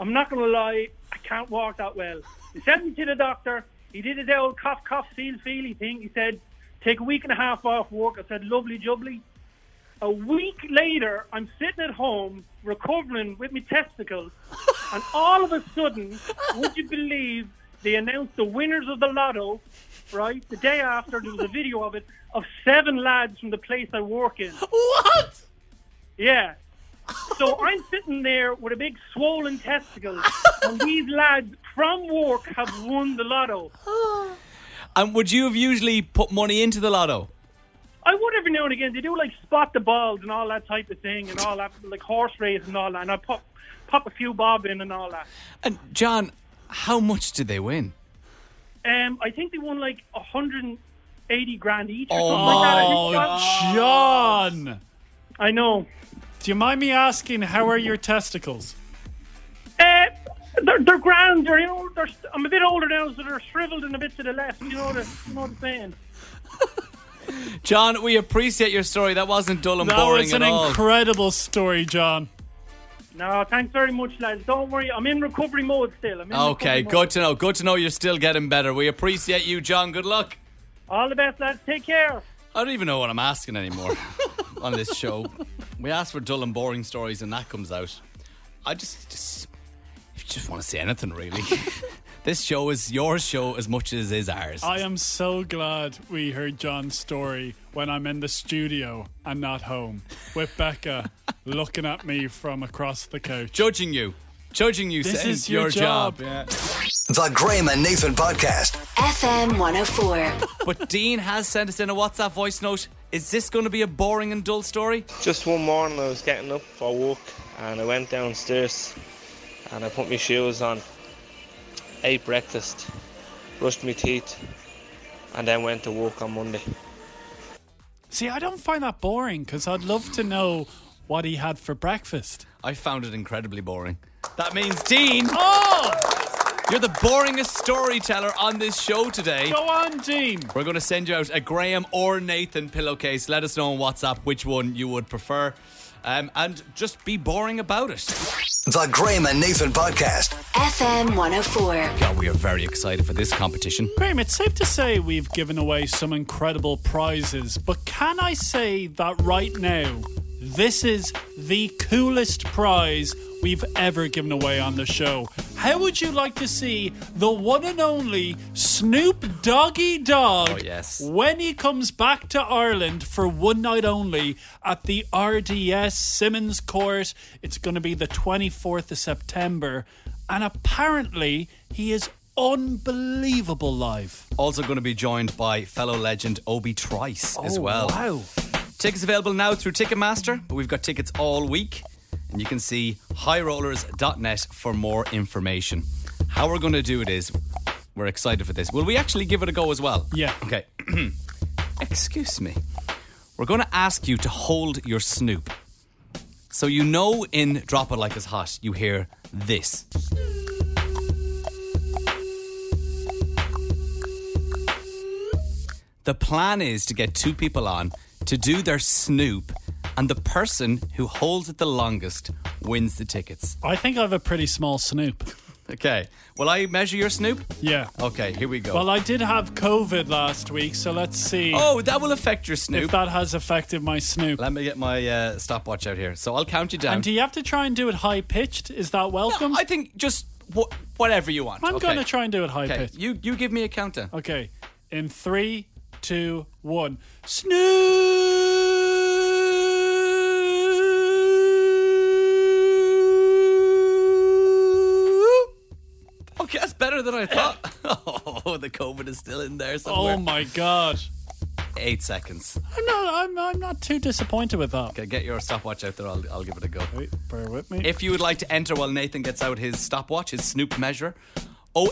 Speaker 8: I'm not going to lie, I can't walk that well. He sent me to the doctor. He did his old cough, cough, feel, feely thing. He said, take a week and a half off work. I said, lovely jubbly. A week later, I'm sitting at home recovering with my testicles, and all of a sudden, would you believe they announced the winners of the lotto? Right, the day after, there was a video of it of seven lads from the place I work in.
Speaker 3: What?
Speaker 8: Yeah. So I'm sitting there with a big swollen testicle, and these lads from work have won the lotto.
Speaker 3: And would you have usually put money into the lotto?
Speaker 8: I would every now and again. They do like spot the balls and all that type of thing, and all that like horse race and all that. And I pop pop a few bob in and all that.
Speaker 3: And John, how much did they win?
Speaker 8: Um, I think they won like a hundred and eighty grand each. Or
Speaker 3: Oh
Speaker 8: something like that. I think
Speaker 2: Oh,
Speaker 8: it was.
Speaker 2: John.
Speaker 8: I know.
Speaker 2: Do you mind me asking, how are your testicles?
Speaker 8: Uh, they're, they're grand. They're, you know, they're, st- I'm a bit older now, so they're shriveled and a bit to the left. You know, the, you know what I'm saying.
Speaker 3: John, we appreciate your story. That wasn't dull and
Speaker 2: That
Speaker 3: boring
Speaker 2: was an
Speaker 3: at all.
Speaker 2: incredible story, John.
Speaker 8: No, thanks very much, lads. Don't worry, I'm in recovery mode still. I'm in
Speaker 3: okay,
Speaker 8: recovery mode.
Speaker 3: good to know. Good to know you're still getting better. We appreciate you, John. Good luck.
Speaker 8: All the best, lads. Take care.
Speaker 3: I don't even know what I'm asking anymore on this show. We ask for dull and boring stories, and that comes out. I just, just, if you just want to say anything, really. This show is your show as much as is ours.
Speaker 2: I am so glad we heard John's story when I'm in the studio and not home with Becca looking at me from across the couch.
Speaker 3: judging you. Judging you.
Speaker 2: This
Speaker 3: saying
Speaker 2: is your
Speaker 3: job.
Speaker 2: job.
Speaker 4: The Graham and Nathan Podcast.
Speaker 5: FM 104.
Speaker 3: But Dean has sent us in a WhatsApp voice note. Is this going to be a boring and dull story?
Speaker 9: Just one morning, I was getting up for work and I went downstairs and I put my shoes on, ate breakfast, brushed my teeth, and then went to work on Monday.
Speaker 2: See, I don't find that boring because I'd love to know what he had for breakfast.
Speaker 3: I found it incredibly boring. That means, Dean,
Speaker 2: Oh,
Speaker 3: you're the boringest storyteller on this show today.
Speaker 2: go on, Dean.
Speaker 3: We're going to send you out a Graham or Nathan pillowcase. Let us know on WhatsApp which one you would prefer. Um, and just be boring about it.
Speaker 4: The Graham and Nathan Podcast.
Speaker 5: FM 104.
Speaker 3: God, we are very excited for this competition.
Speaker 2: Graham, it's safe to say we've given away some incredible prizes, but can I say that right now, this is the coolest prize we've ever given away on the show? How would you like to see the one and only Snoop Doggy Dog
Speaker 3: Oh, yes.
Speaker 2: when he comes back to Ireland for one night only at the RDS Simmons Court. It's going to be the 24th of September, and apparently he is unbelievable live
Speaker 3: Also, going to be joined by fellow legend Obi Trice as well.
Speaker 2: Wow.
Speaker 3: Tickets available now through Ticketmaster, but we've got tickets all week. And you can see highrollers.net for more information. How we're going to do it is we're excited for this. Will we actually give it a go as well?
Speaker 2: Yeah.
Speaker 3: Okay. Excuse me. We're going to ask you to hold your snoop. So you know in Drop It Like It's Hot, you hear this. The plan is to get two people on to do their snoop, and the person who holds it the longest wins the tickets.
Speaker 2: I think I have a pretty small Snoop.
Speaker 3: Okay. Will I measure your snoop?
Speaker 2: Yeah.
Speaker 3: Okay, here we go.
Speaker 2: Well, I did have COVID last week, so let's see
Speaker 3: oh, that will affect your
Speaker 2: if
Speaker 3: snoop.
Speaker 2: that has affected my Snoop.
Speaker 3: Let me get my uh, stopwatch out here. So I'll count you down.
Speaker 2: And do you have to try and do it high pitched? Is that welcome?
Speaker 3: I think just wh- whatever you want.
Speaker 2: am
Speaker 3: okay.
Speaker 2: going to try and do it high
Speaker 3: Okay,
Speaker 2: pitched.
Speaker 3: you you give me a countdown.
Speaker 2: Okay, in three, two, one. Snoop!
Speaker 3: Okay, that's better than I thought. oh, the COVID is still in there somewhere.
Speaker 2: Oh my god!
Speaker 3: Eight seconds.
Speaker 2: I'm not. I'm. I'm not too disappointed with that.
Speaker 3: Okay, get your stopwatch out there. I'll, I'll give it a go.
Speaker 2: Wait, bear with me.
Speaker 3: If you would like to enter while Nathan gets out his stopwatch, his Snoop measure,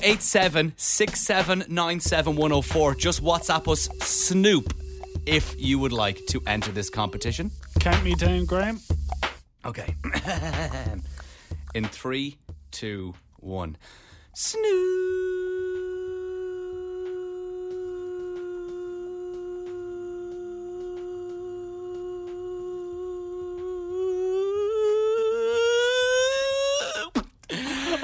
Speaker 3: 087 6797104. Just WhatsApp us Snoop if you would like to enter this competition.
Speaker 2: Count me down, Graham.
Speaker 3: Okay. In three, two, one. Snoop.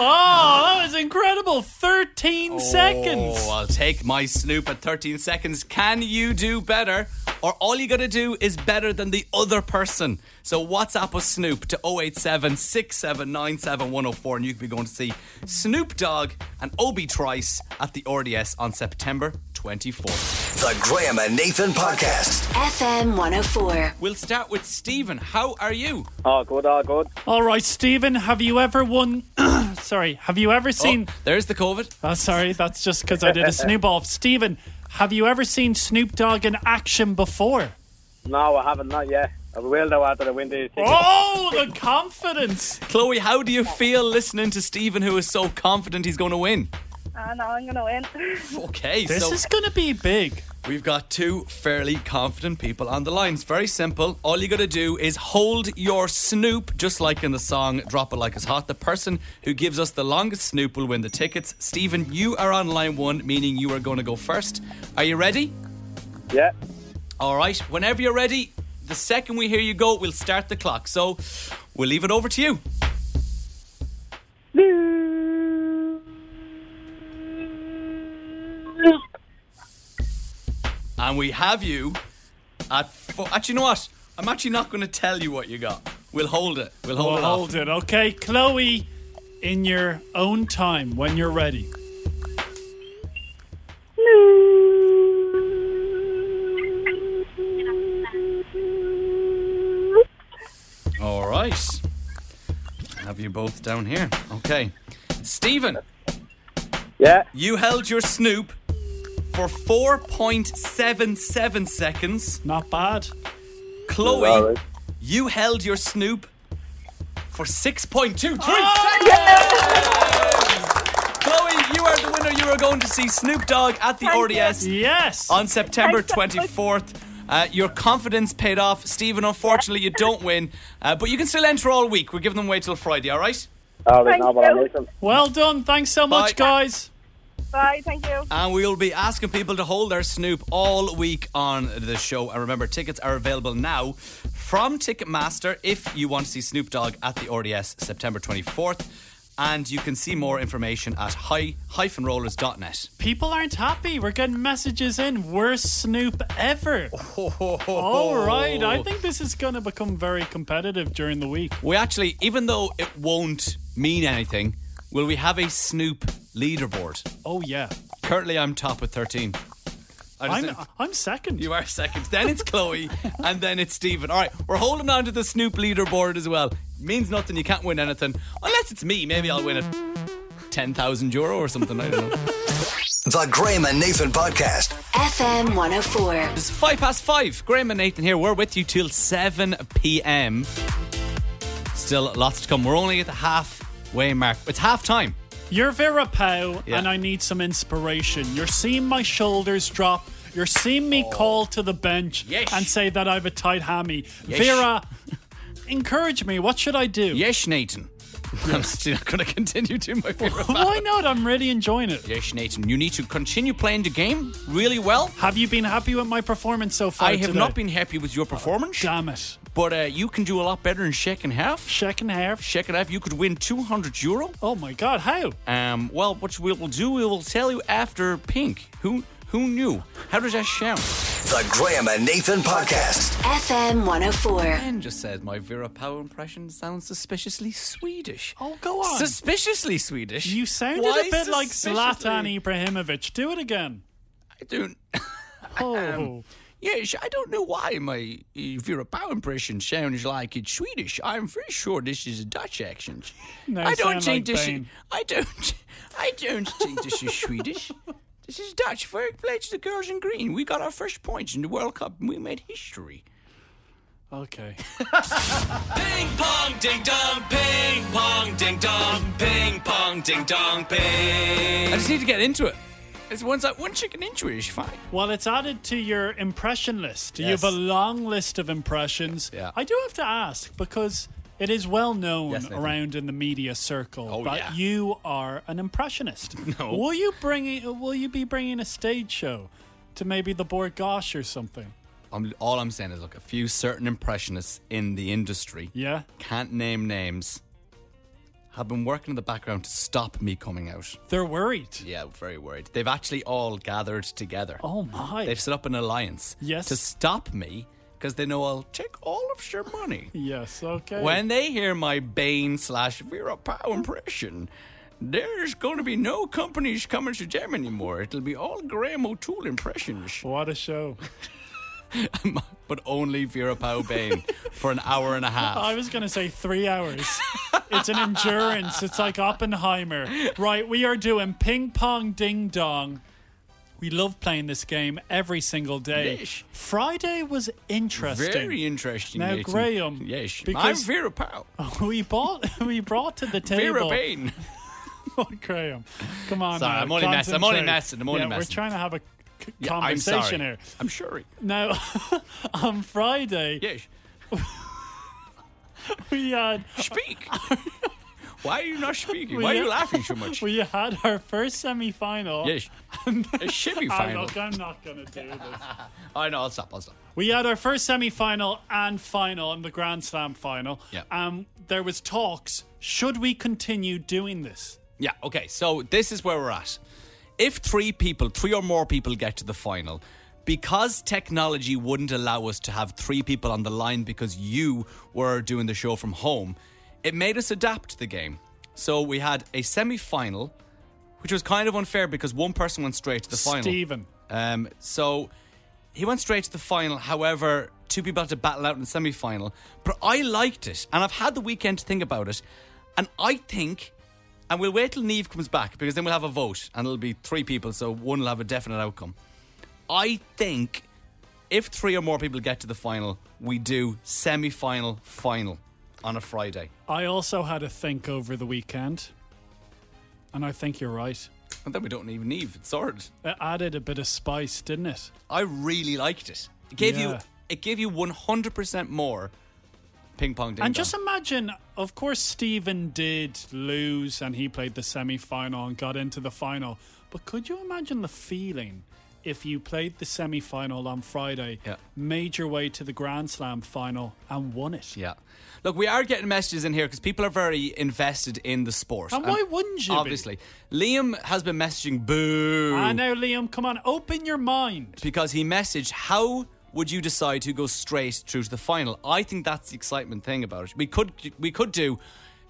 Speaker 2: Oh, that was incredible! Thirteen seconds.
Speaker 3: Oh, I'll take my Snoop at 13 seconds. Can you do better? Or all you gotta do is better than the other person. So WhatsApp us Snoop to 087 6797104 and you can be going to see Snoop Dogg and Obi Trice at the RDS on September 24th.
Speaker 4: The Graham and Nathan Podcast.
Speaker 5: FM 104.
Speaker 3: We'll start with Stephen. How are you?
Speaker 9: Oh, good, all good.
Speaker 2: All right, Stephen. Have you ever won? sorry. Have you ever seen?
Speaker 3: Oh, there's the COVID.
Speaker 2: Oh, sorry, that's just because I did a Snoop off. Steven, have you ever seen Snoop Dogg in action before?
Speaker 9: No, I haven't, not yet. I will though after the window.
Speaker 2: Oh, the confidence!
Speaker 3: Chloe, how do you feel listening to Stephen who is so confident he's gonna win?
Speaker 6: Ah, no, I'm gonna win.
Speaker 3: Okay,
Speaker 2: This
Speaker 3: so
Speaker 2: is going to be big.
Speaker 3: We've got two fairly confident people on the line. It's very simple. All you got to do is hold your snoop, just like in the song Drop It Like It's Hot. The person who gives us the longest snoop will win the tickets. Stephen, you are on line one, meaning you are going to go first. Are you ready?
Speaker 9: Yeah.
Speaker 3: All right. Whenever you're ready, the second we hear you go, we'll start the clock. So we'll leave it over to you. And we have you at four. Actually, you know what? I'm actually not going to tell you what you got. We'll hold it. We'll hold
Speaker 2: We'll
Speaker 3: it.
Speaker 2: hold
Speaker 3: off.
Speaker 2: it, okay? Chloe, in your own time, when you're ready.
Speaker 3: you both down here. Okay. Stephen,
Speaker 10: Yeah,
Speaker 3: you held your snoop for 4.77 seconds.
Speaker 2: Not bad.
Speaker 3: Chloe,
Speaker 10: all right.
Speaker 3: you held your snoop for 6.23
Speaker 6: Oh,
Speaker 3: seconds. Chloe, you are the winner. You are going to see Snoop Dogg at the
Speaker 6: Thank you.
Speaker 3: RDS
Speaker 2: Yes.
Speaker 3: on September
Speaker 6: Thanks so much.
Speaker 3: 24th. Uh, your confidence paid off. Stephen, unfortunately, you don't win, uh, but you can still enter all week. We're giving them away till Friday, all right?
Speaker 10: all right,
Speaker 6: Thank
Speaker 10: now, but I'll
Speaker 6: you.
Speaker 10: listen.
Speaker 2: well done. Thanks so much,
Speaker 3: Bye.
Speaker 2: guys.
Speaker 6: Bye. Thank you.
Speaker 3: And we'll be asking people to hold their snoop all week on the show. And remember, tickets are available now from Ticketmaster if you want to see Snoop Dogg at the RDS September 24th. And you can see more information at high-rollers.net.
Speaker 2: People aren't happy. We're getting messages in. Worst Snoop ever. All right. I think this is going to become very competitive during the week.
Speaker 3: We actually, even though it won't mean anything, will we have a Snoop leaderboard?
Speaker 2: Oh, yeah.
Speaker 3: Currently, I'm top with 13. I just
Speaker 2: I'm,
Speaker 3: think-
Speaker 2: I'm second.
Speaker 3: You are second. Then it's Chloe, and then it's Stephen. All right, we're holding on to the Snoop leaderboard as well. Means nothing. You can't win anything unless it's me. Maybe I'll win it. Ten thousand euro or something. I don't know.
Speaker 4: The Graham and Nathan Podcast.
Speaker 5: FM 104.
Speaker 3: It's five past five. Graham and Nathan here. We're with you till seven p.m. Still lots to come. We're only at the halfway mark. It's half time.
Speaker 2: You're Vera Powell,
Speaker 3: Yeah.
Speaker 2: and I need some inspiration. You're seeing my shoulders drop. You're seeing me call to the bench
Speaker 3: Oh. Yes.
Speaker 2: and say that I have a tight hammy.
Speaker 3: Yes.
Speaker 2: Vera, encourage me. What should I do?
Speaker 3: Yes, Nathan. I'm actually not going to continue to my favorite.
Speaker 2: Why not? I'm really enjoying it.
Speaker 3: Yes, Nathan. You need to continue playing the game really well.
Speaker 2: Have you been happy with my performance so far?
Speaker 3: I have
Speaker 2: today?
Speaker 3: not been happy with your performance.
Speaker 2: Damn it.
Speaker 3: But uh, you can do a lot better in second half.
Speaker 2: Checking hair.
Speaker 3: Second half, you could win 200 euro.
Speaker 2: Oh my god, how?
Speaker 3: Um, well, what we will do, we will tell you after Pink. Who who knew? How does that sound?
Speaker 4: The Graham and Nathan Podcast.
Speaker 5: FM 104.
Speaker 3: Ben just said my Vera Powell impression sounds suspiciously Swedish.
Speaker 2: Oh, go on.
Speaker 3: Suspiciously Swedish.
Speaker 2: you sounded
Speaker 3: Why
Speaker 2: a bit like
Speaker 3: suspiciously?
Speaker 2: Zlatan Ibrahimovic. Do it again.
Speaker 3: I don't.
Speaker 2: Oh.
Speaker 3: Yes, I don't know why my uh, Vera Powell impression sounds like it's Swedish. I'm very sure this is a Dutch accent.
Speaker 2: No,
Speaker 3: I don't
Speaker 2: sound
Speaker 3: think
Speaker 2: like
Speaker 3: this. Is,
Speaker 2: Bane.
Speaker 3: I don't. I don't think this is Swedish. This is Dutch. Fair play to the girls in green. We got our first points in the World Cup and we made history.
Speaker 2: Oh, Okay.
Speaker 3: Ping pong ding dong, ping pong ding dong, ping pong ding dong, ping. I just need to get into it. It's once I once you get into it, it's fine.
Speaker 2: Well, it's added to your impression list. You
Speaker 3: Yes.
Speaker 2: have a long list of impressions.
Speaker 3: Yeah.
Speaker 2: I do have to ask because it is well known
Speaker 3: Yes, Nathan.
Speaker 2: around in the media circle
Speaker 3: Oh,
Speaker 2: that
Speaker 3: yeah.
Speaker 2: you are an impressionist.
Speaker 3: No.
Speaker 2: Will you bring? Will you be bringing a stage show to maybe the Board Gosh or something?
Speaker 3: I'm, all I'm saying is, look, a few certain impressionists in the industry
Speaker 2: Yeah.
Speaker 3: can't name names. Have been working in the background to stop me coming out.
Speaker 2: They're worried.
Speaker 3: Yeah, very worried. They've actually all gathered together.
Speaker 2: Oh my.
Speaker 3: They've set up an alliance
Speaker 2: Yes.
Speaker 3: to stop me because they know I'll take all of your money.
Speaker 2: yes. Okay.
Speaker 3: When they hear my Bane slash Vera Powell impression, there's going to be no companies coming to them anymore. It'll be all Graham O'Toole impressions,
Speaker 2: What a show. Oh.
Speaker 3: but only Vera Powell Bane for an hour and a half.
Speaker 2: I was going to say three hours. it's an endurance. It's like Oppenheimer. Right, we are doing ping pong ding dong. We love playing this game every single day.
Speaker 3: Yes.
Speaker 2: Friday was interesting.
Speaker 3: Very interesting.
Speaker 2: Now,
Speaker 3: Nathan.
Speaker 2: Graham,
Speaker 3: Yes, I'm
Speaker 2: because-
Speaker 3: Vera Powell.
Speaker 2: We bought. We brought to the
Speaker 3: Vera
Speaker 2: table. Oh,
Speaker 3: Bane.
Speaker 2: Graham, come on.
Speaker 3: Sorry,
Speaker 2: now,
Speaker 3: I'm only messing- I'm only
Speaker 2: concentrate.
Speaker 3: messing, I'm only
Speaker 2: yeah,
Speaker 3: messing.
Speaker 2: We're trying to have a c-
Speaker 3: Yeah, I'm
Speaker 2: conversation
Speaker 3: sorry.
Speaker 2: here.
Speaker 3: I'm sure.
Speaker 2: Now, on Friday,
Speaker 3: Yes,
Speaker 2: we had
Speaker 3: speak. Why are you not speaking?
Speaker 2: Well,
Speaker 3: Why are you
Speaker 2: yeah.
Speaker 3: laughing so much?
Speaker 2: we had our first semi-final.
Speaker 3: Yes, it should be
Speaker 2: Ah,
Speaker 3: fine.
Speaker 2: look, I'm not gonna do this.
Speaker 3: I know. I'll stop. I'll stop.
Speaker 2: We had our first semi-final and final in the Grand Slam final.
Speaker 3: Yeah.
Speaker 2: Um, there was talks. Should we continue doing this?
Speaker 3: Yeah, okay, so this is where we're at. If three people, three or more people get to the final, because technology wouldn't allow us to have three people on the line because you were doing the show from home, it made us adapt the game. So we had a semi final, which was kind of unfair because one person went straight to the final.
Speaker 2: Steven.
Speaker 3: Um, so he went straight to the final. However, two people had to battle out in the semi final. But I liked it, and I've had the weekend to think about it. And I think, and we'll wait till Neve comes back because then we'll have a vote and it'll be three people, so one will have a definite outcome. I think if three or more people get to the final, we do semi final, final on a Friday.
Speaker 2: I also had a think over the weekend, and I think you're right.
Speaker 3: And then we don't even need It's sorted.
Speaker 2: It added a bit of spice, didn't it?
Speaker 3: I really liked it. It gave you
Speaker 2: Yeah.
Speaker 3: it gave you one hundred percent more ping pong ding
Speaker 2: and
Speaker 3: dong.
Speaker 2: just imagine, of course, Stephen did lose and he played the semi final and got into the final. But could you imagine the feeling if you played the semi final on Friday, made your way to the Grand Slam final, and won it?
Speaker 3: Yeah. Look, we are getting messages in here because people are very invested in the sport.
Speaker 2: And why wouldn't you be?
Speaker 3: Obviously. Liam has been messaging boo.
Speaker 2: I know, Liam, come on, open your mind.
Speaker 3: Because he messaged, how would you decide who goes straight through to the final? I think that's the excitement thing about it. We could we could do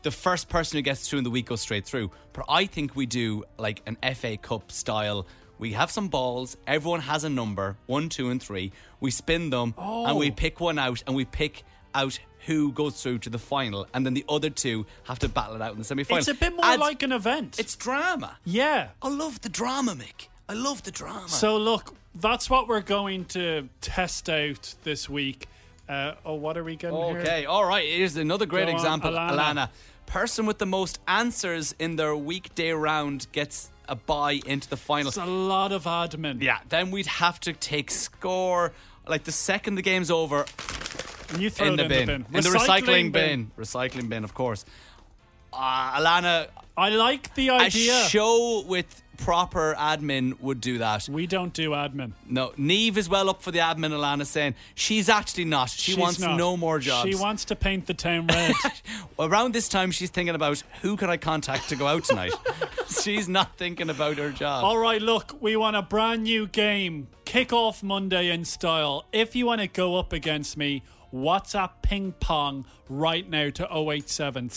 Speaker 3: the first person who gets through in the week goes straight through, but I think we do like an FA Cup style. We have some balls. Everyone has a number one, two, and three. We spin them and we
Speaker 2: Oh.
Speaker 3: pick one out, and we pick out who goes through to the final, and then the other two have to battle it out in the semi final.
Speaker 2: It's a bit more like an event. It's
Speaker 3: drama.
Speaker 2: Yeah.
Speaker 3: I love the drama, Mick. I love the drama.
Speaker 2: So look, that's what we're going to test out this week. Uh, oh, what are we getting here?
Speaker 3: Okay, all right. Here's another great
Speaker 2: Go on,
Speaker 3: example,
Speaker 2: Alana.
Speaker 3: Alana. Person with the most answers in their weekday round gets a bye into the final.
Speaker 2: It's a lot of admin.
Speaker 3: Yeah, then we'd have to take score. Like the second the game's over,
Speaker 2: you throw
Speaker 3: in
Speaker 2: it in
Speaker 3: the
Speaker 2: the
Speaker 3: bin,
Speaker 2: bin.
Speaker 3: in the recycling
Speaker 2: Recycling
Speaker 3: bin,
Speaker 2: bin.
Speaker 3: recycling bin, of course. Uh, Alana,
Speaker 2: I like the idea.
Speaker 3: A show with proper admin would do that.
Speaker 2: We don't do admin.
Speaker 3: No, Neve is well up for the admin. Alana saying she's actually not. She
Speaker 2: She's
Speaker 3: wants
Speaker 2: not.
Speaker 3: no more jobs.
Speaker 2: She wants to paint the town red.
Speaker 3: Around this time, she's thinking about who can I contact to go out tonight. she's not thinking about her job.
Speaker 2: All right, look, we want a brand new game. Kick off Monday in style. If you want to go up against me, WhatsApp ping pong right now to 087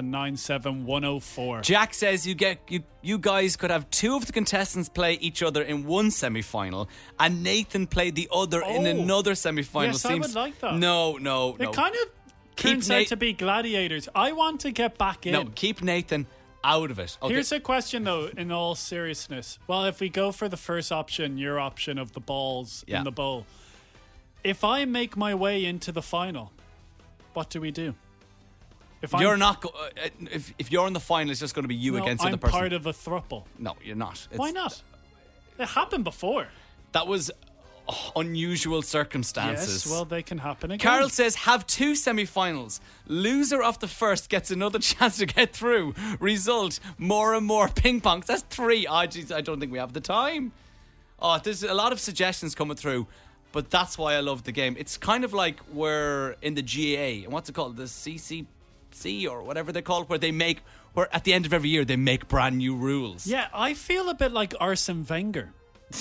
Speaker 2: 6797 104.
Speaker 3: Jack says you get you, you guys could have two of the contestants play each other in one semi-final, and Nathan played the other in
Speaker 2: Oh.
Speaker 3: another semi-final.
Speaker 2: Yes, I would like that.
Speaker 3: No, no,
Speaker 2: It
Speaker 3: no.
Speaker 2: kind of
Speaker 3: Keep
Speaker 2: turns
Speaker 3: Nate-
Speaker 2: out to be gladiators. I want to get back in.
Speaker 3: no, keep Nathan out of it. Okay.
Speaker 2: Here's a question, though, in all seriousness. Well, if we go for the first option, your option of the balls
Speaker 3: Yeah.
Speaker 2: in the bowl, if I make my way into the final, what do we do? If I'm-
Speaker 3: you're not. Go- uh, uh, if, if you're in the final, it's just going to be you
Speaker 2: No,
Speaker 3: against
Speaker 2: I'm
Speaker 3: other person.
Speaker 2: part of a thruple.
Speaker 3: no, you're not. It's-
Speaker 2: Why not? It happened before.
Speaker 3: That was uh, unusual circumstances.
Speaker 2: Yes, well, they can happen again.
Speaker 3: Carol says, have two semi-finals. Loser of the first gets another chance to get through. Result, more and more ping pongs. That's three. I, just, I don't think we have the time. Oh, there's a lot of suggestions coming through, but that's why I love the game. It's kind of like we're in the GA, and what's it called? The CCC or whatever they call it, where they make, where at the end of every year they make brand new rules.
Speaker 2: Yeah, I feel a bit like Arsene Wenger.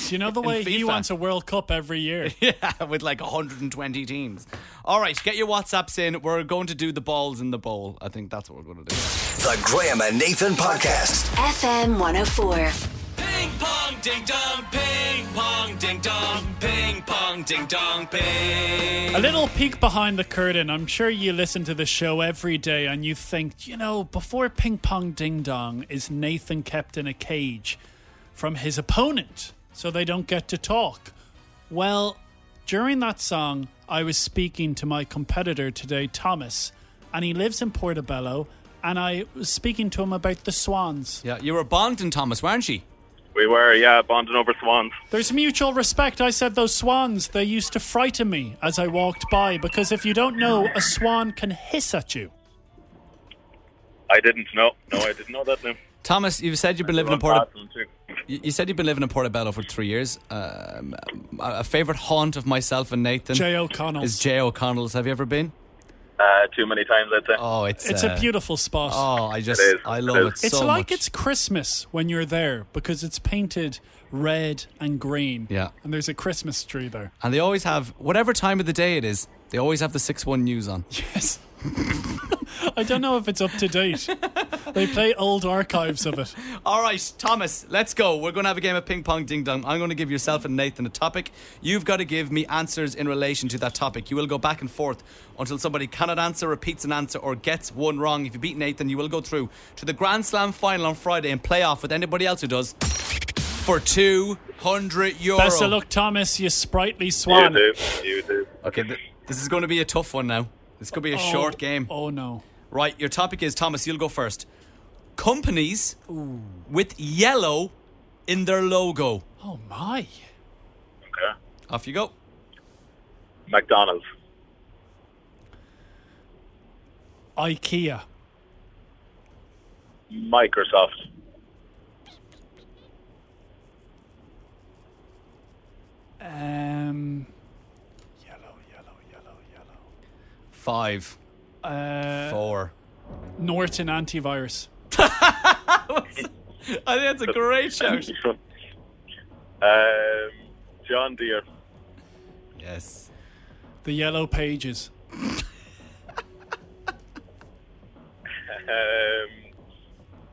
Speaker 2: Do you know the
Speaker 3: In
Speaker 2: way he
Speaker 3: FIFA.
Speaker 2: wants a World Cup every year?
Speaker 3: Yeah, with like 120 teams. All right, get your WhatsApps in. We're going to do the balls in the bowl. I think that's what we're going to do.
Speaker 4: The Graham and Nathan Podcast.
Speaker 5: FM 104.
Speaker 3: Ping pong ding dong, ping pong ding dong, ping pong ding dong, ping.
Speaker 2: A little peek behind the curtain. I'm sure you listen to the show every day and you think, you know, before Ping Pong Ding Dong, is Nathan kept in a cage from his opponent so they don't get to talk? Well, during that song, I was speaking to my competitor today, Thomas, and he lives in Portobello, and I was speaking to him about the swans.
Speaker 3: Yeah, you were Bonding Thomas, weren't you?
Speaker 10: We were, yeah, bonding over swans.
Speaker 2: There's mutual respect. I said those swans, they used to frighten me as I walked by because if you don't know, a swan can hiss at you.
Speaker 10: I didn't know. No, I didn't know that name.
Speaker 3: Thomas, you've said you've been living in Porto.
Speaker 10: Portobello. too.
Speaker 3: You you said you've been living in Portobello for three years. Um, a favorite haunt of myself and Nathan
Speaker 2: Jay O'Connell's.
Speaker 3: is Jay O'Connell's. Have you ever been?
Speaker 10: Uh, too many times, I'd say.
Speaker 3: Oh, it's
Speaker 2: It's
Speaker 3: uh,
Speaker 2: a beautiful spot.
Speaker 3: Oh, I just
Speaker 10: is.
Speaker 3: I
Speaker 10: It
Speaker 3: love
Speaker 10: is.
Speaker 3: it, so
Speaker 2: it's like
Speaker 3: much.
Speaker 2: it's Christmas when you're there because it's painted red and green.
Speaker 3: Yeah.
Speaker 2: And there's a Christmas tree there.
Speaker 3: And they always have whatever time of the day it is. They always have the six one news on.
Speaker 2: Yes. I don't know if it's up to date. they play old archives of it.
Speaker 3: All right, Thomas, let's go. We're going to have a game of ping pong ding dong. I'm going to give yourself and Nathan a topic. You've got to give me answers in relation to that topic. You will go back and forth until somebody cannot answer, repeats an answer, or gets one wrong. If you beat Nathan, you will go through to the Grand Slam final on Friday and play off with anybody else who does for 200 euro.
Speaker 2: Best of luck, Thomas, you sprightly swan.
Speaker 10: You do. You do.
Speaker 3: Okay, th- this is going to be a tough one now. This could be a
Speaker 2: Oh,
Speaker 3: short game.
Speaker 2: Oh, no.
Speaker 3: Right, your topic is Thomas, you'll go first. Companies with yellow in their logo.
Speaker 2: Oh, my.
Speaker 10: Okay.
Speaker 3: Off you go.
Speaker 10: McDonald's.
Speaker 2: IKEA.
Speaker 10: Microsoft.
Speaker 2: Um, yellow, yellow, yellow,
Speaker 3: Five,
Speaker 2: yellow. Uh,
Speaker 3: four.
Speaker 2: Norton antivirus.
Speaker 3: I think that's a great shout.
Speaker 10: um, John Deere.
Speaker 3: Yes.
Speaker 2: The yellow pages.
Speaker 10: Um,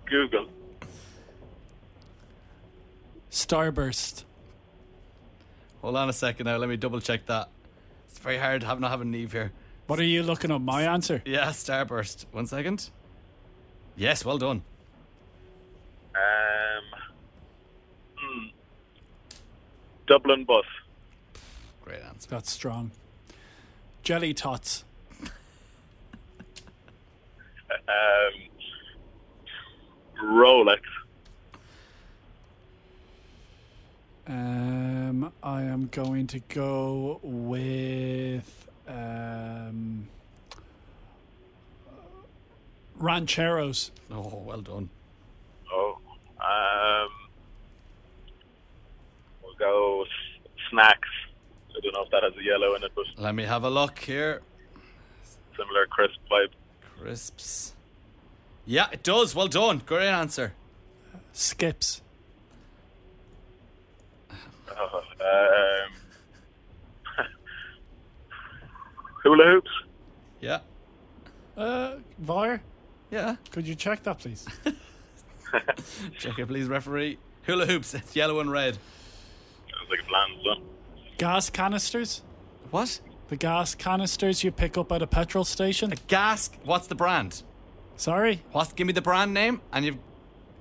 Speaker 10: Google.
Speaker 2: Starburst.
Speaker 3: Hold on a second now. Let me double check that. It's very hard have not having Neve here.
Speaker 2: What are you looking up? My answer.
Speaker 3: Yeah, Starburst. One second. Yes, well done.
Speaker 10: Um, hmm. Dublin bus.
Speaker 3: Great answer.
Speaker 2: That's strong. Jelly tots.
Speaker 10: Um, Rolex.
Speaker 2: Um, I am going to go with um, rancheros.
Speaker 3: Oh, well done.
Speaker 10: Oh. Um, we'll go s- snacks. I don't know if that has a yellow in it, but
Speaker 3: Let me have a look here.
Speaker 10: similar crisp vibe.
Speaker 3: Crisps. Yeah, it does. Well done. Great answer.
Speaker 2: Skips.
Speaker 10: Oh, um, hula hoops.
Speaker 3: Yeah.
Speaker 2: Uh, Vire,
Speaker 3: Yeah.
Speaker 2: could you check that, please?
Speaker 3: Check it, please, referee. Hula hoops. It's yellow and red.
Speaker 10: Sounds like a plan, son.
Speaker 2: gas canisters.
Speaker 3: What?
Speaker 2: The gas canisters you pick up at a petrol station.
Speaker 3: Gas. What's the brand?
Speaker 2: Sorry.
Speaker 3: What? Give me the brand name. And you've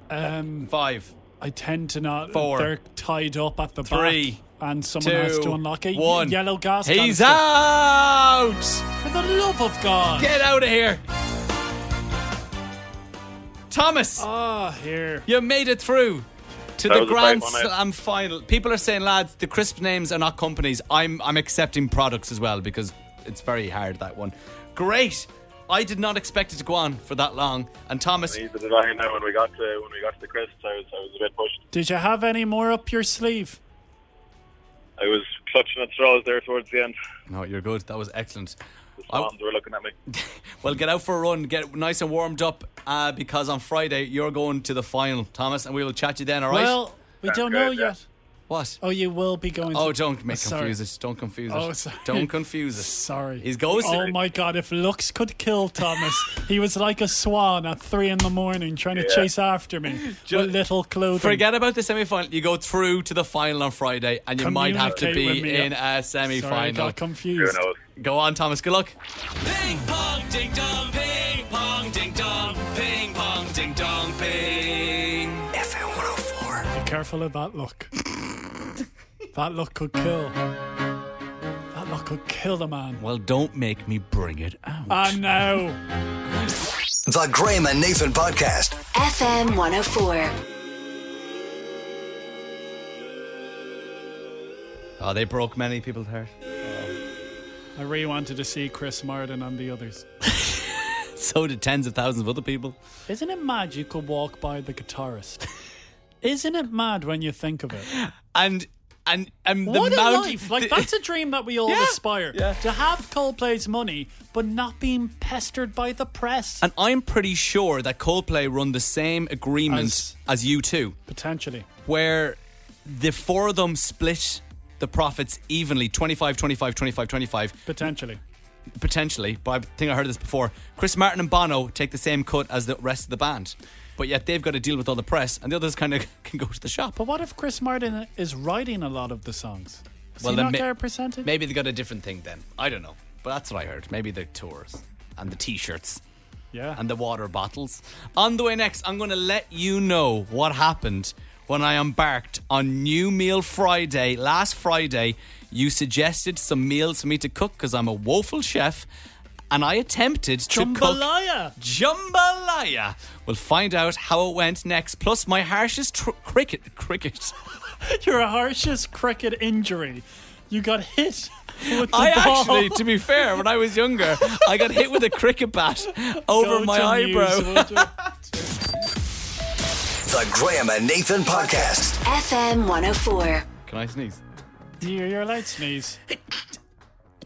Speaker 2: Um,
Speaker 3: five.
Speaker 2: I tend to not.
Speaker 3: Four.
Speaker 2: They're tied up at the
Speaker 3: Three,
Speaker 2: back, and someone has
Speaker 3: Two,
Speaker 2: to unlock it.
Speaker 3: One.
Speaker 2: Yellow gas.
Speaker 3: He's
Speaker 2: canister.
Speaker 3: out.
Speaker 2: For the love of God.
Speaker 3: Get out of here. Thomas,
Speaker 2: Ah, here.
Speaker 3: you made it through to
Speaker 10: That
Speaker 3: the
Speaker 10: was a
Speaker 3: Grand
Speaker 10: tight one, eh?
Speaker 3: Slam final. People are saying, lads, the crisp names are not companies. I'm I'm accepting products as well because it's very hard that one. Great. I did not expect it to go on for that long. And Thomas,
Speaker 10: Neither did I know when we got to when we got to the crisps. I was I was a bit pushed.
Speaker 2: Did you have any more up your sleeve?
Speaker 10: I was clutching at straws there towards the end.
Speaker 3: no, you're good. That was excellent.
Speaker 10: The
Speaker 3: I-
Speaker 10: swans were looking at me.
Speaker 3: Well, get out for a run, get nice and warmed up, uh, because on Friday you're going to the final, Thomas, and we will chat you then. All right?
Speaker 2: Well, we don't know
Speaker 10: good, yeah.
Speaker 2: yet.
Speaker 3: what?
Speaker 2: Oh, you will be going.
Speaker 3: Oh,
Speaker 2: to-
Speaker 3: don't make
Speaker 2: Sorry.
Speaker 3: confuse it. Don't confuse it.
Speaker 2: Oh, sorry.
Speaker 3: Don't confuse it.
Speaker 2: Sorry.
Speaker 3: He's going.
Speaker 2: Oh my God! If looks could kill Thomas, he was like a swan at three in the morning trying to chase after me with little clothing.
Speaker 3: Forget about the semi-final. You might have to be in a semi-final. You go through to the final on Friday, and you might have to
Speaker 2: Communicate with
Speaker 3: be
Speaker 2: me.
Speaker 3: in a
Speaker 2: Sorry, I
Speaker 3: semi-final.
Speaker 2: got confused.
Speaker 10: Who knows?
Speaker 3: Go on, Thomas. Good luck. Ping pong ding dong, ping pong ding dong, ping pong ding dong, ping.
Speaker 4: FM 104.
Speaker 2: Be careful of that look. that look could kill. That look could kill the man.
Speaker 3: Well, don't make me bring it out.
Speaker 2: I know.
Speaker 4: The Graham and Nathan Podcast.
Speaker 5: FM 104.
Speaker 3: Oh, they broke many people's heart.
Speaker 2: I really wanted to see Chris Martin and the others.
Speaker 3: So did tens of thousands of other people.
Speaker 2: Isn't it mad you could walk by the guitarist? Isn't it mad when you think of it?
Speaker 3: And and and the
Speaker 2: what a
Speaker 3: mount-
Speaker 2: life! Like
Speaker 3: the-
Speaker 2: that's a dream that we all
Speaker 3: Yeah,
Speaker 2: aspire to have Coldplay's money, but not being pestered by the press.
Speaker 3: And I'm pretty sure that Coldplay run the same agreement
Speaker 2: As-
Speaker 3: as, U2,
Speaker 2: Potentially,
Speaker 3: where the four of them split the profits evenly 25, 25, 25, 25.
Speaker 2: potentially.
Speaker 3: potentially, but I think I heard this before. Chris Martin and Bono take the same cut as the rest of the band, but yet they've got to deal with all the press, and the others kind of can go to the shop.
Speaker 2: But what if Chris Martin is writing a lot of the songs? Does he not
Speaker 3: ma-
Speaker 2: get a percentage?
Speaker 3: Maybe they got a different thing then. I don't know, but that's what I heard. Maybe the tours and the T-shirts.
Speaker 2: Yeah.
Speaker 3: And the water bottles. On the way next, I'm going to let you know what happened when I embarked on New Meal Friday. Last Friday, you suggested some meals for me to cook because I'm a woeful chef, and I attempted to cook
Speaker 2: Jambalaya.
Speaker 3: jambalaya. We'll find out how it went next. Plus, my harshest tr- cricket cricket.
Speaker 2: Your harshest cricket injury. You got hit with the
Speaker 3: I
Speaker 2: ball.
Speaker 3: actually, to be fair, when I was younger, I got hit with a cricket bat over
Speaker 2: Go
Speaker 3: my
Speaker 2: to
Speaker 3: eyebrow.
Speaker 2: news, would you?
Speaker 4: The Graham and Nathan Podcast.
Speaker 5: FM 104.
Speaker 3: Can I sneeze?
Speaker 2: You're, you're allowed to sneeze.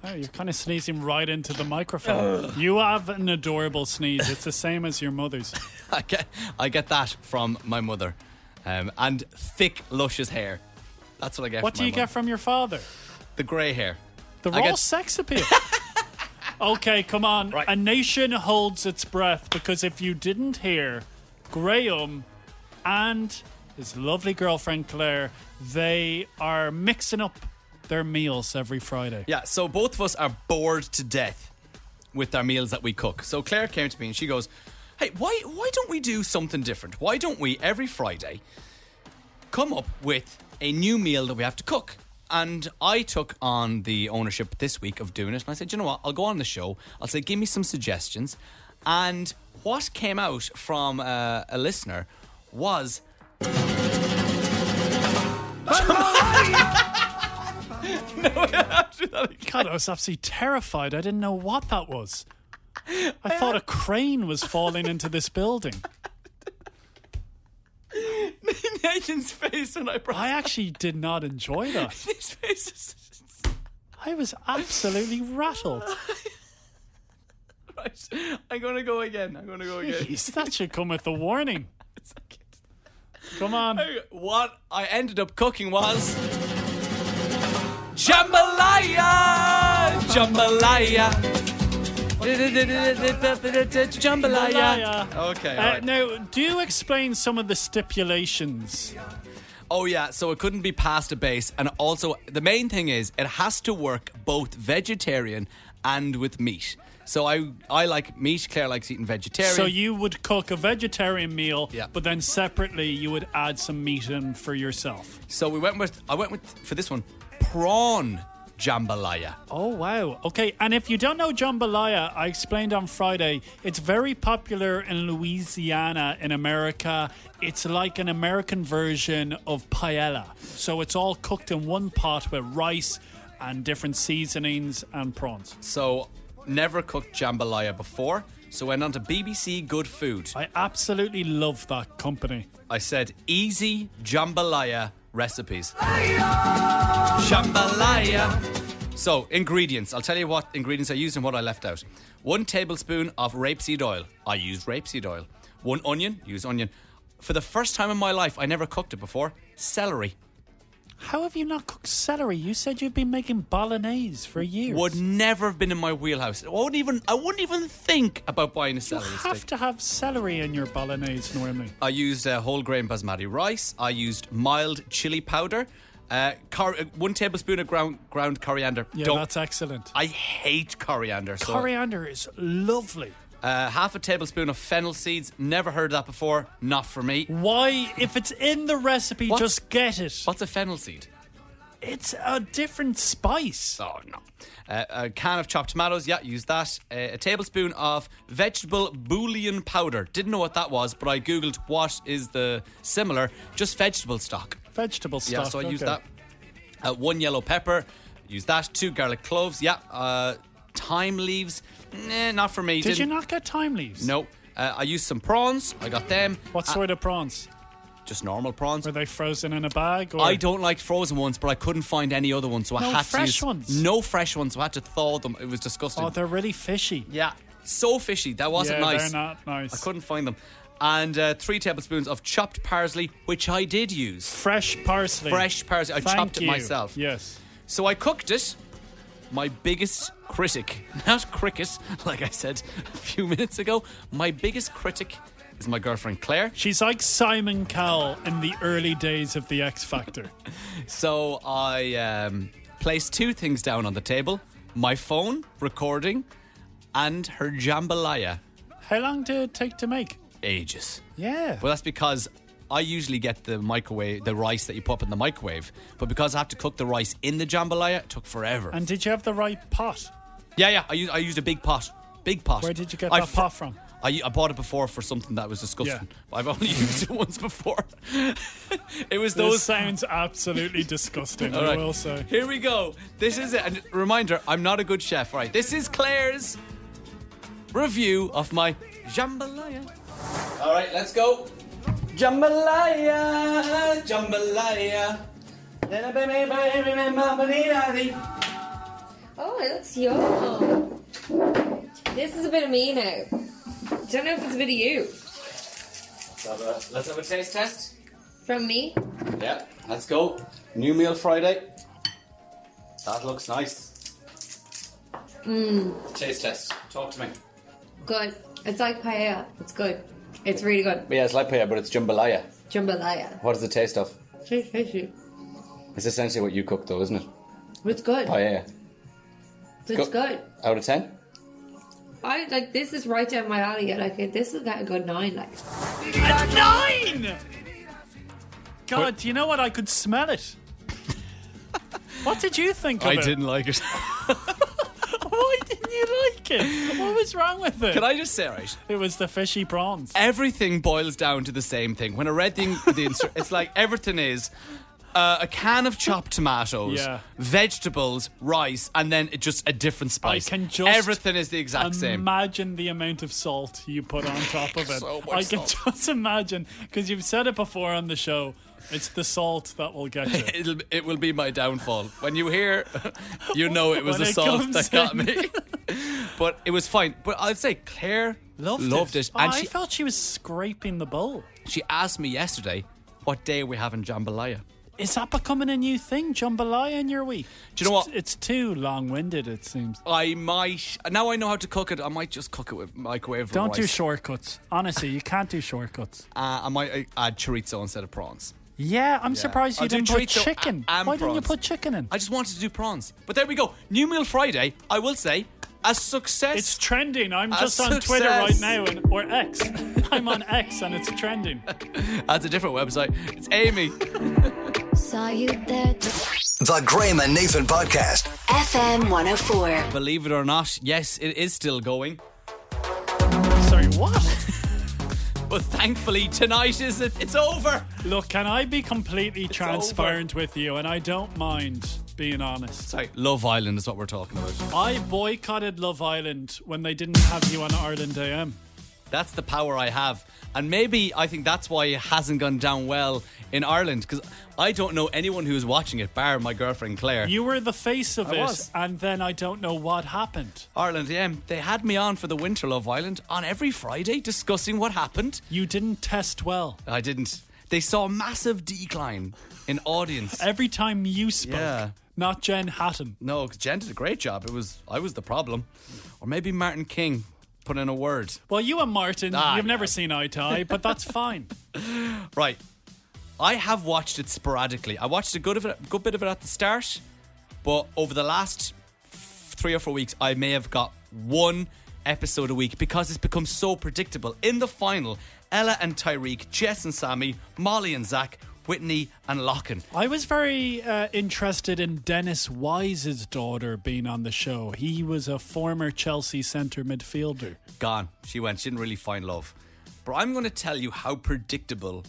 Speaker 2: Oh, you're kind of sneezing right into the microphone. You have an adorable sneeze. It's the same as your mother's.
Speaker 3: I get, I get that from my mother, um, and thick, luscious hair. That's what I get.
Speaker 2: What
Speaker 3: from
Speaker 2: do
Speaker 3: my
Speaker 2: you get
Speaker 3: mother.
Speaker 2: from your father?
Speaker 3: The grey hair.
Speaker 2: The
Speaker 3: I
Speaker 2: raw
Speaker 3: get-
Speaker 2: sex appeal. okay, come on. A nation holds its breath because if you didn't hear, Graham and his lovely girlfriend Claire, they are mixing up their meals every Friday.
Speaker 3: Yeah, so both of us are bored to death with our meals that we cook. So Claire came to me and she goes, "Hey, why why don't we do something different? Why don't we every Friday come up with a new meal that we have to cook?" And I took on the ownership this week of doing it. And I said, "You know what? I'll go on the show. I'll say, give me some suggestions." And what came out from uh, a listener was
Speaker 2: God, I was absolutely terrified. I didn't know what that was. I thought a crane was falling into this building.
Speaker 3: Nathan's face and eyebrows.
Speaker 2: I actually did not enjoy that.
Speaker 3: His face is
Speaker 2: I was absolutely rattled.
Speaker 3: right. I'm gonna go again. I'm gonna go again.
Speaker 2: Jeez, that should come with a warning. Come on.
Speaker 3: Oh, What I ended up cooking was jambalaya, jambalaya, jambalaya. Okay. all
Speaker 2: Uh,
Speaker 3: right.
Speaker 2: now, do explain some of the stipulations.
Speaker 3: Oh yeah. So it couldn't be past a base, and also the main thing is it has to work both vegetarian and with meat. So I I like meat. Claire likes eating vegetarian.
Speaker 2: So you would cook a vegetarian meal,
Speaker 3: Yeah.
Speaker 2: but then separately you would add some meat in for yourself.
Speaker 3: so we went with I went with for this one prawn jambalaya.
Speaker 2: Oh wow. Okay, and if you don't know jambalaya, I explained on Friday, it's very popular in Louisiana in America. It's like an American version of paella. So it's all cooked in one pot with rice and different seasonings and prawns.
Speaker 3: So never cooked jambalaya before. So went on to BBC Good Food.
Speaker 2: I absolutely love that company.
Speaker 3: I said easy jambalaya recipes. Jambalaya. So, ingredients. I'll tell you what ingredients I used and what I left out. One tablespoon of rapeseed oil. I used rapeseed oil. One onion. Use onion. For the first time in my life, I never cooked it before. Celery.
Speaker 2: How have you not cooked celery? You said you've been making bolognese for years.
Speaker 3: Would never have been in my wheelhouse. I wouldn't even. I wouldn't even think about buying a
Speaker 2: you
Speaker 3: celery stick.
Speaker 2: have to have celery in your bolognese normally.
Speaker 3: I used uh, whole grain basmati rice. I used mild chili powder. Uh, cor- uh, one tablespoon of ground ground coriander.
Speaker 2: Yeah,
Speaker 3: Don't.
Speaker 2: that's excellent.
Speaker 3: I hate coriander. So,
Speaker 2: Coriander is lovely.
Speaker 3: uh, half a tablespoon of fennel seeds. Never heard that before. Not for me.
Speaker 2: Why, if it's in the recipe,
Speaker 3: What's-
Speaker 2: just get it.
Speaker 3: What's a fennel seed?
Speaker 2: It's a different spice.
Speaker 3: Oh no. Uh, a can of chopped tomatoes. Yeah, use that. Uh, a tablespoon of vegetable bouillon powder. Didn't know what that was, but I googled what is the similar. Just vegetable stock.
Speaker 2: Vegetable stock.
Speaker 3: Yeah, so I use
Speaker 2: okay.
Speaker 3: that. Uh, one yellow pepper, use that. Two garlic cloves, yeah. Uh, thyme leaves, nah, not for me.
Speaker 2: Did you
Speaker 3: Didn't-
Speaker 2: not get thyme leaves?
Speaker 3: No. Uh, I used some prawns. I got them.
Speaker 2: What
Speaker 3: Uh,
Speaker 2: sort of prawns?
Speaker 3: Just normal prawns.
Speaker 2: Were they frozen in a bag? Or...
Speaker 3: I don't like frozen ones, but I couldn't find any other ones, so I
Speaker 2: No
Speaker 3: had to
Speaker 2: fresh
Speaker 3: use-
Speaker 2: ones?
Speaker 3: No fresh ones. So I had to thaw them. It was disgusting.
Speaker 2: Oh, they're really fishy.
Speaker 3: yeah, so fishy. That wasn't
Speaker 2: yeah,
Speaker 3: nice.
Speaker 2: they're not nice.
Speaker 3: I couldn't find them. And uh, three tablespoons of chopped parsley, which I did use.
Speaker 2: Fresh parsley.
Speaker 3: Fresh parsley. I
Speaker 2: Thank
Speaker 3: chopped it
Speaker 2: you.
Speaker 3: myself.
Speaker 2: Yes.
Speaker 3: So I cooked it, my biggest critic, not cricket, like I said a few minutes ago, my biggest critic is my girlfriend Claire.
Speaker 2: She's like Simon Cowell in the early days of The X Factor.
Speaker 3: So I um, placed two things down on the table my phone, recording, and her jambalaya.
Speaker 2: How long did it take to make?
Speaker 3: Ages.
Speaker 2: Yeah.
Speaker 3: Well, that's because I usually get the microwave, the rice that you pop in the microwave. But because I have to cook the rice in the jambalaya, it took forever.
Speaker 2: And did you have the right pot?
Speaker 3: yeah, yeah, I used, I used a big pot. Big pot.
Speaker 2: Where did you get
Speaker 3: I
Speaker 2: that
Speaker 3: fr-
Speaker 2: pot from?
Speaker 3: I, I bought it before for something that was disgusting. I've only used it once before. it was
Speaker 2: Those
Speaker 3: those.
Speaker 2: sounds absolutely disgusting,
Speaker 3: All
Speaker 2: I
Speaker 3: right.
Speaker 2: will say.
Speaker 3: Here we go. This is it. And reminder, I'm not a good chef. All right, this is Claire's review of my jambalaya. All right, let's go. Jambalaya, jambalaya.
Speaker 11: Oh, it looks yum. This is a bit of me now. Don't know if it's a bit of you.
Speaker 3: Let's have a, let's have a taste test.
Speaker 11: From me?
Speaker 3: Yeah, let's go. New meal Friday. That looks nice.
Speaker 11: Mmm,
Speaker 3: Taste test. Talk to me.
Speaker 11: good. It's like paella. It's good. It's really good.
Speaker 3: Yeah, it's like paella, but it's jambalaya.
Speaker 11: Jambalaya.
Speaker 3: What is the taste of?
Speaker 11: Fish, fishy.
Speaker 3: It's essentially what you cook, though, isn't it?
Speaker 11: It's good.
Speaker 3: Paella.
Speaker 11: It's
Speaker 3: Go-
Speaker 11: good.
Speaker 3: Out of ten?
Speaker 11: I like this is right down my alley. Like this is got a good nine. Like
Speaker 2: Nine! God, you know what? I could smell it. what did you think of it?
Speaker 3: like it.
Speaker 2: Why didn't you like it? What was wrong with it?
Speaker 3: Can I just say, right?
Speaker 2: It was the fishy prawns.
Speaker 3: Everything boils down to the same thing. When I read the, the instru- it's like everything is uh, a can of chopped tomatoes,
Speaker 2: Yeah.
Speaker 3: vegetables, rice, and then it just a different spice.
Speaker 2: can just
Speaker 3: everything is the exact same.
Speaker 2: Imagine the amount of salt you put on top of it.
Speaker 3: So much
Speaker 2: I can
Speaker 3: salt.
Speaker 2: just imagine because you've said it before on the show. It's the salt that will get you.
Speaker 3: It'll, it will be my downfall. When you hear, you know it was
Speaker 2: When
Speaker 3: the
Speaker 2: it
Speaker 3: salt
Speaker 2: comes
Speaker 3: that got
Speaker 2: in.
Speaker 3: me. but it was fine. But I'd say Claire loved, it.
Speaker 2: Oh,
Speaker 3: And
Speaker 2: I
Speaker 3: she,
Speaker 2: felt she was scraping the bowl.
Speaker 3: she asked me yesterday, what day are we having jambalaya?
Speaker 2: Is that becoming a new thing, jambalaya in your week?
Speaker 3: Do you know what?
Speaker 2: It's too long-winded. It seems.
Speaker 3: I might now I know how to cook it. I might just cook it with microwave.
Speaker 2: Don't do
Speaker 3: rice.
Speaker 2: shortcuts. Honestly, you can't do shortcuts.
Speaker 3: Uh, I might uh, add chorizo instead of prawns.
Speaker 2: Yeah, I'm surprised you
Speaker 3: I'll do
Speaker 2: didn't put
Speaker 3: chorizo
Speaker 2: chicken.
Speaker 3: a- and
Speaker 2: Why didn't you
Speaker 3: prawns.
Speaker 2: put chicken in?
Speaker 3: I just wanted to do prawns, but there we go. New meal Friday. I will say a success.
Speaker 2: It's trending. I'm
Speaker 3: A
Speaker 2: just on Twitter right
Speaker 3: success.
Speaker 2: now, and, or X. I'm on X, and it's trending.
Speaker 3: That's a different website. It's Amy.
Speaker 5: Saw you there.
Speaker 4: The Graham and Nathan Podcast.
Speaker 5: FM 104.
Speaker 3: Believe it or not, yes, it is still going.
Speaker 2: Sorry, what?
Speaker 3: But thankfully, tonight is it. It's over.
Speaker 2: Look, can I be completely
Speaker 3: over.
Speaker 2: transparent with you? And I don't mind being honest.
Speaker 3: Sorry, Love Island is what we're talking about.
Speaker 2: I boycotted Love Island when they didn't have you on Ireland AM.
Speaker 3: That's the power I have. And maybe I think that's why it hasn't gone down well in Ireland because I don't know anyone who's watching it, bar my girlfriend Claire.
Speaker 2: You were the face of
Speaker 3: I
Speaker 2: it,
Speaker 3: was.
Speaker 2: and then I don't know what happened.
Speaker 3: Ireland AM, they had me on for the Winter Love Island on every Friday discussing what happened.
Speaker 2: You didn't test well.
Speaker 3: I didn't. They saw a massive decline in audience.
Speaker 2: Every time you spoke,
Speaker 3: Yeah.
Speaker 2: not Jen Hatton.
Speaker 3: No, 'cause Jen did a great job. It was I was the problem, or maybe Martin King put in a word.
Speaker 2: Well, you and Martin,
Speaker 3: Ah,
Speaker 2: you've
Speaker 3: yeah.
Speaker 2: never seen eye to eye, but that's fine.
Speaker 3: Right. I have watched it sporadically. I watched a good of it, good bit of it at the start, but over the last f- three or four weeks, I may have got one episode a week because it's become so predictable. In the final, Ella and Tyreek, Jess and Sammy, Molly and Zach, Whitney and Lachlan.
Speaker 2: I was very uh, interested in Dennis Wise's daughter being on the show. He was a former Chelsea centre midfielder.
Speaker 3: Gone. She went. She didn't really find love. But I'm going to tell you how predictable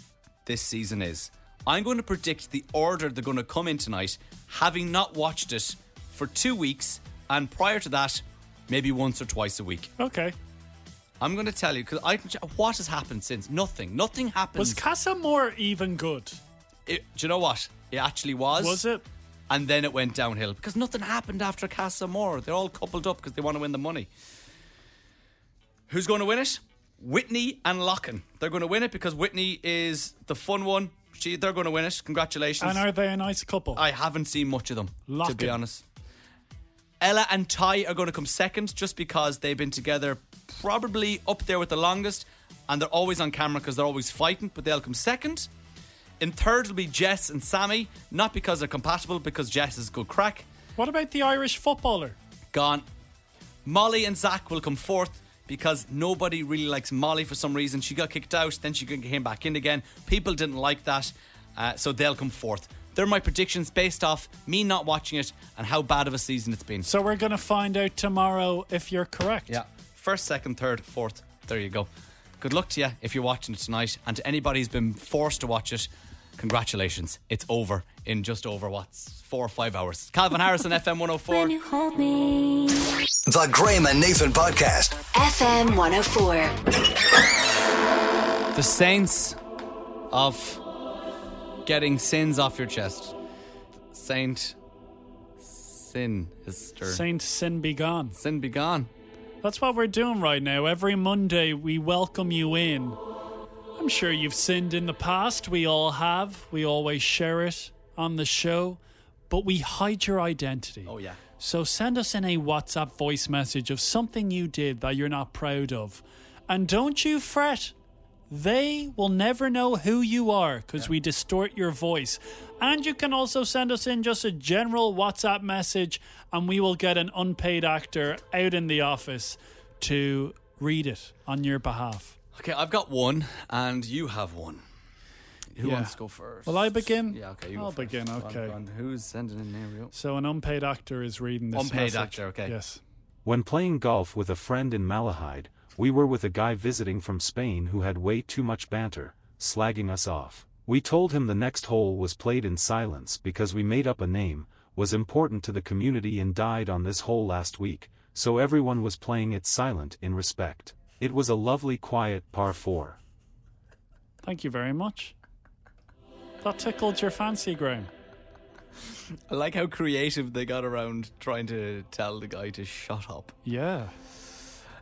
Speaker 3: this season is. I'm going to predict the order they're going to come in tonight, having not watched it for two weeks, and prior to that, maybe once or twice a week.
Speaker 2: Okay.
Speaker 3: I'm going to tell you because I can. ch- What has happened since? Nothing. Nothing happened.
Speaker 2: Was Casa Moore even good?
Speaker 3: do you know what? It actually was.
Speaker 2: Was it?
Speaker 3: And then it went downhill because nothing happened after Casa More. They're all coupled up because they want to win the money. Who's going to win it? Whitney and Locken. They're going to win it because Whitney is the fun one. She, they're going to win it. Congratulations.
Speaker 2: And are they a nice couple?
Speaker 3: I haven't seen much of them, to
Speaker 2: Locken.
Speaker 3: be honest. Ella and Ty are going to come second just because they've been together probably up there with the longest and they're always on camera because they're always fighting, but they'll come second. In third will be Jess and Sammy, not because they're compatible, because Jess is good crack.
Speaker 2: What about the Irish footballer?
Speaker 3: Gone. Molly and Zach will come fourth because nobody really likes Molly for some reason. She got kicked out, then she came back in again. People didn't like that, uh, so they'll come fourth. They're my predictions based off me not watching it and how bad of a season it's been.
Speaker 2: So we're going to find out tomorrow if you're correct.
Speaker 3: Yeah. First, second, third, fourth. There you go. Good luck to you if you're watching it tonight. And to anybody who's been forced to watch it, congratulations. It's over in just over, what's four or five hours. Calvin Harrison, FM 104.
Speaker 5: Hold me.
Speaker 4: The Graham and Nathan Podcast.
Speaker 5: FM 104.
Speaker 3: The saints of getting sins off your chest. Saint Sin is
Speaker 2: Saint Sin be gone.
Speaker 3: Sin be gone.
Speaker 2: That's what we're doing right now. Every Monday, we welcome you in. I'm sure you've sinned in the past. We all have. We always share it on the show, but we hide your identity.
Speaker 3: Oh, yeah.
Speaker 2: So send us in a WhatsApp voice message of something you did that you're not proud of. And don't you fret. They will never know who you are because we distort your voice. And you can also send us in just a general WhatsApp message and we will get an unpaid actor out in the office to read it on your behalf.
Speaker 3: Okay, I've got one, and you have one. Who
Speaker 2: Yeah.
Speaker 3: wants to go first?
Speaker 2: Will I begin?
Speaker 3: Yeah, okay. You
Speaker 2: I'll
Speaker 3: go first.
Speaker 2: begin,
Speaker 3: Go on,
Speaker 2: okay.
Speaker 3: go on. Who's sending in there? We go.
Speaker 2: So an unpaid actor is reading this.
Speaker 3: Unpaid
Speaker 2: message.
Speaker 3: actor, okay.
Speaker 2: Yes.
Speaker 12: When playing golf with a friend in Malahide, we were with a guy visiting from Spain who had way too much banter, slagging us off. We told him the next hole was played in silence because we made up a name, was important to the community and died on this hole last week, so everyone was playing it silent in respect. It was a lovely quiet par 4.
Speaker 2: Thank you very much. That tickled your fancy, Graham.
Speaker 3: I like how creative they got around trying to tell the guy to shut up.
Speaker 2: Yeah.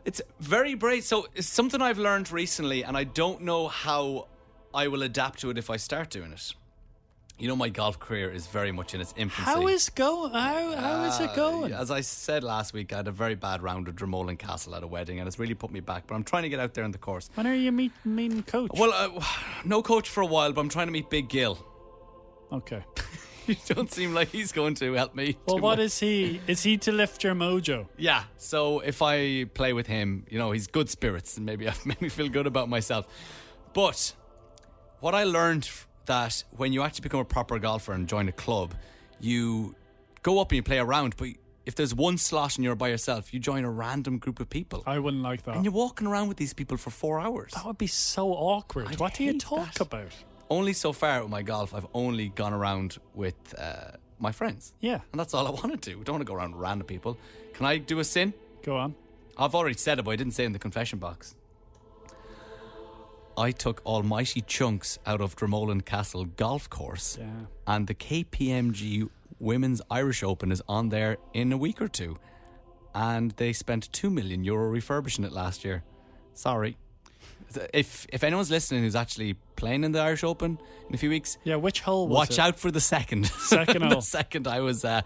Speaker 3: It's very brave. So it's something I've learned recently, and I don't know how I will adapt to it if I start doing it. You know, my golf career is very much in its infancy.
Speaker 2: How is go? How how is
Speaker 3: Uh,
Speaker 2: it going?
Speaker 3: As I said last week, I had a very bad round with Dromolan Castle at a wedding, and it's really put me back. But I'm trying to get out there on the course.
Speaker 2: When are you meet, meeting coach?
Speaker 3: Well, uh, no coach for a while, but I'm trying to meet Big Gil.
Speaker 2: okay.
Speaker 3: You don't seem like he's going to help me.
Speaker 2: Well,
Speaker 3: too
Speaker 2: what
Speaker 3: much.
Speaker 2: is he? Is he to lift your mojo?
Speaker 3: Yeah. So if I play with him, you know, he's good spirits, and maybe I've made me feel good about myself. But what I learned f- that when you actually become a proper golfer and join a club, you go up and you play around, but if there's one slot and you're by yourself, you join a random group of people.
Speaker 2: I wouldn't like that.
Speaker 3: And you're walking around with these people for four hours.
Speaker 2: Uh-huh. That would be so awkward. what do you talk about?
Speaker 3: Only so far with my golf, I've only gone around with uh, my friends.
Speaker 2: Yeah.
Speaker 3: And that's all I want to do. Don't want to go around with random people. Can I do a sin?
Speaker 2: Go on.
Speaker 3: I've already said it, but I didn't say it in the confession box. I took almighty chunks out of Dromolan Castle Golf Course, and the KPMG Women's Irish Open is on there in a week or two, and they spent two million euro refurbishing it last year. Sorry, if if anyone's listening who's actually playing in the Irish Open in a few weeks,
Speaker 2: Yeah, which hole was
Speaker 3: watch
Speaker 2: it?
Speaker 3: out for the second.
Speaker 2: Second
Speaker 3: the
Speaker 2: hole.
Speaker 3: second, I was uh,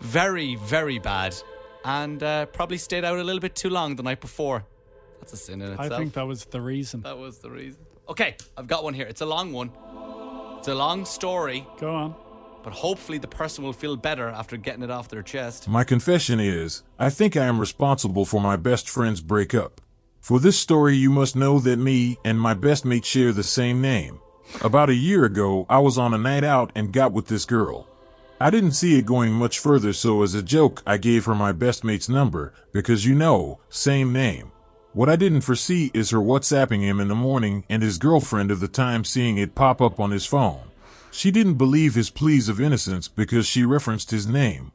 Speaker 3: very, very bad and uh, probably stayed out a little bit too long the night before. That's a sin in
Speaker 2: I
Speaker 3: itself.
Speaker 2: think that was the reason.
Speaker 3: that was the reason. Okay, I've got one here. It's a long one. It's a long story,
Speaker 2: Go on.
Speaker 3: but hopefully the person will feel better after getting it off their chest.
Speaker 13: My confession is, I think I am responsible for my best friend's breakup. For this story, you must know that me and my best mate share the same name. About a year ago, I was on a night out and got with this girl. I didn't see it going much further, so as a joke, I gave her my best mate's number, because you know, same name. What I didn't foresee is her WhatsApping him in the morning and his girlfriend of the time seeing it pop up on his phone. She didn't believe his pleas of innocence because she referenced his name.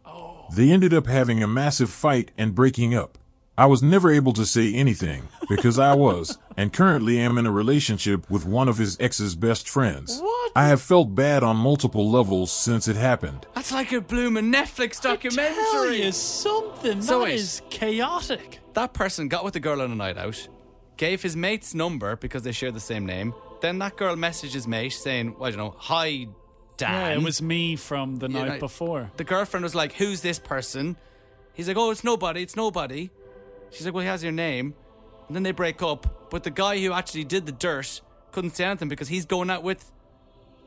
Speaker 13: They ended up having a massive fight and breaking up. I was never able to say anything because I was and currently am in a relationship with one of his ex's best friends. I have felt bad on multiple levels since it happened.
Speaker 3: That's like a blooming Netflix documentary.
Speaker 2: Tell you something.
Speaker 3: So
Speaker 2: that
Speaker 3: wait.
Speaker 2: is chaotic.
Speaker 3: That person got with the girl on a night out, gave his mate's number because they share the same name. Then that girl messaged his mate saying, well, I don't know, hi, Dan.
Speaker 2: Yeah, it was me from the night
Speaker 3: I-
Speaker 2: before.
Speaker 3: The girlfriend was like, Who's this person? He's like, oh, it's nobody, it's nobody. She's like, well, he has your name. And then they break up. But the guy who actually did the dirt couldn't say anything because he's going out with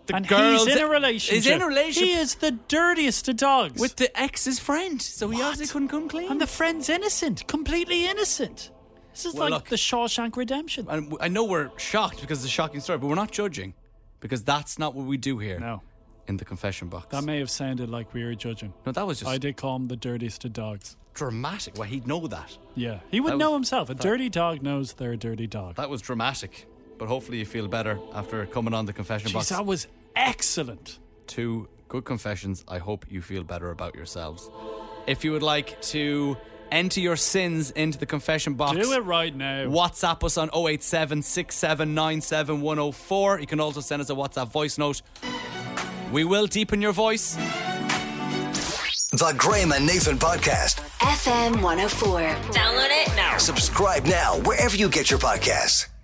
Speaker 3: the
Speaker 2: and
Speaker 3: girls.
Speaker 2: he's in a relationship.
Speaker 3: He's in a relationship
Speaker 2: He is the dirtiest of dogs.
Speaker 3: with the ex's friend. So he obviously couldn't come clean.
Speaker 2: and the friend's innocent, completely innocent. This is
Speaker 3: Well,
Speaker 2: like
Speaker 3: look.
Speaker 2: the Shawshank Redemption.
Speaker 3: And w- I know we're shocked because it's a shocking story, but we're not judging because that's not what we do here. No. In the confession box.
Speaker 2: That may have sounded like we were judging.
Speaker 3: No, that was just-
Speaker 2: I did call him the dirtiest of dogs.
Speaker 3: dramatic. Well, he'd know that.
Speaker 2: Yeah, he would
Speaker 3: That
Speaker 2: know
Speaker 3: was-
Speaker 2: himself. A
Speaker 3: that-
Speaker 2: dirty dog knows they're a dirty dog.
Speaker 3: That was dramatic, but hopefully you feel better after coming on the confession
Speaker 2: Jeez,
Speaker 3: box.
Speaker 2: that was excellent.
Speaker 3: Two good confessions. I hope you feel better about yourselves. If you would like to enter your sins into the confession box,
Speaker 2: Do it right now.
Speaker 3: WhatsApp us on 087 6797104. You can also send us a WhatsApp voice note. We will deepen your voice.
Speaker 4: The Graham and Nathan Podcast.
Speaker 5: FM 104.
Speaker 11: Download it now.
Speaker 4: Subscribe now wherever you get your podcasts.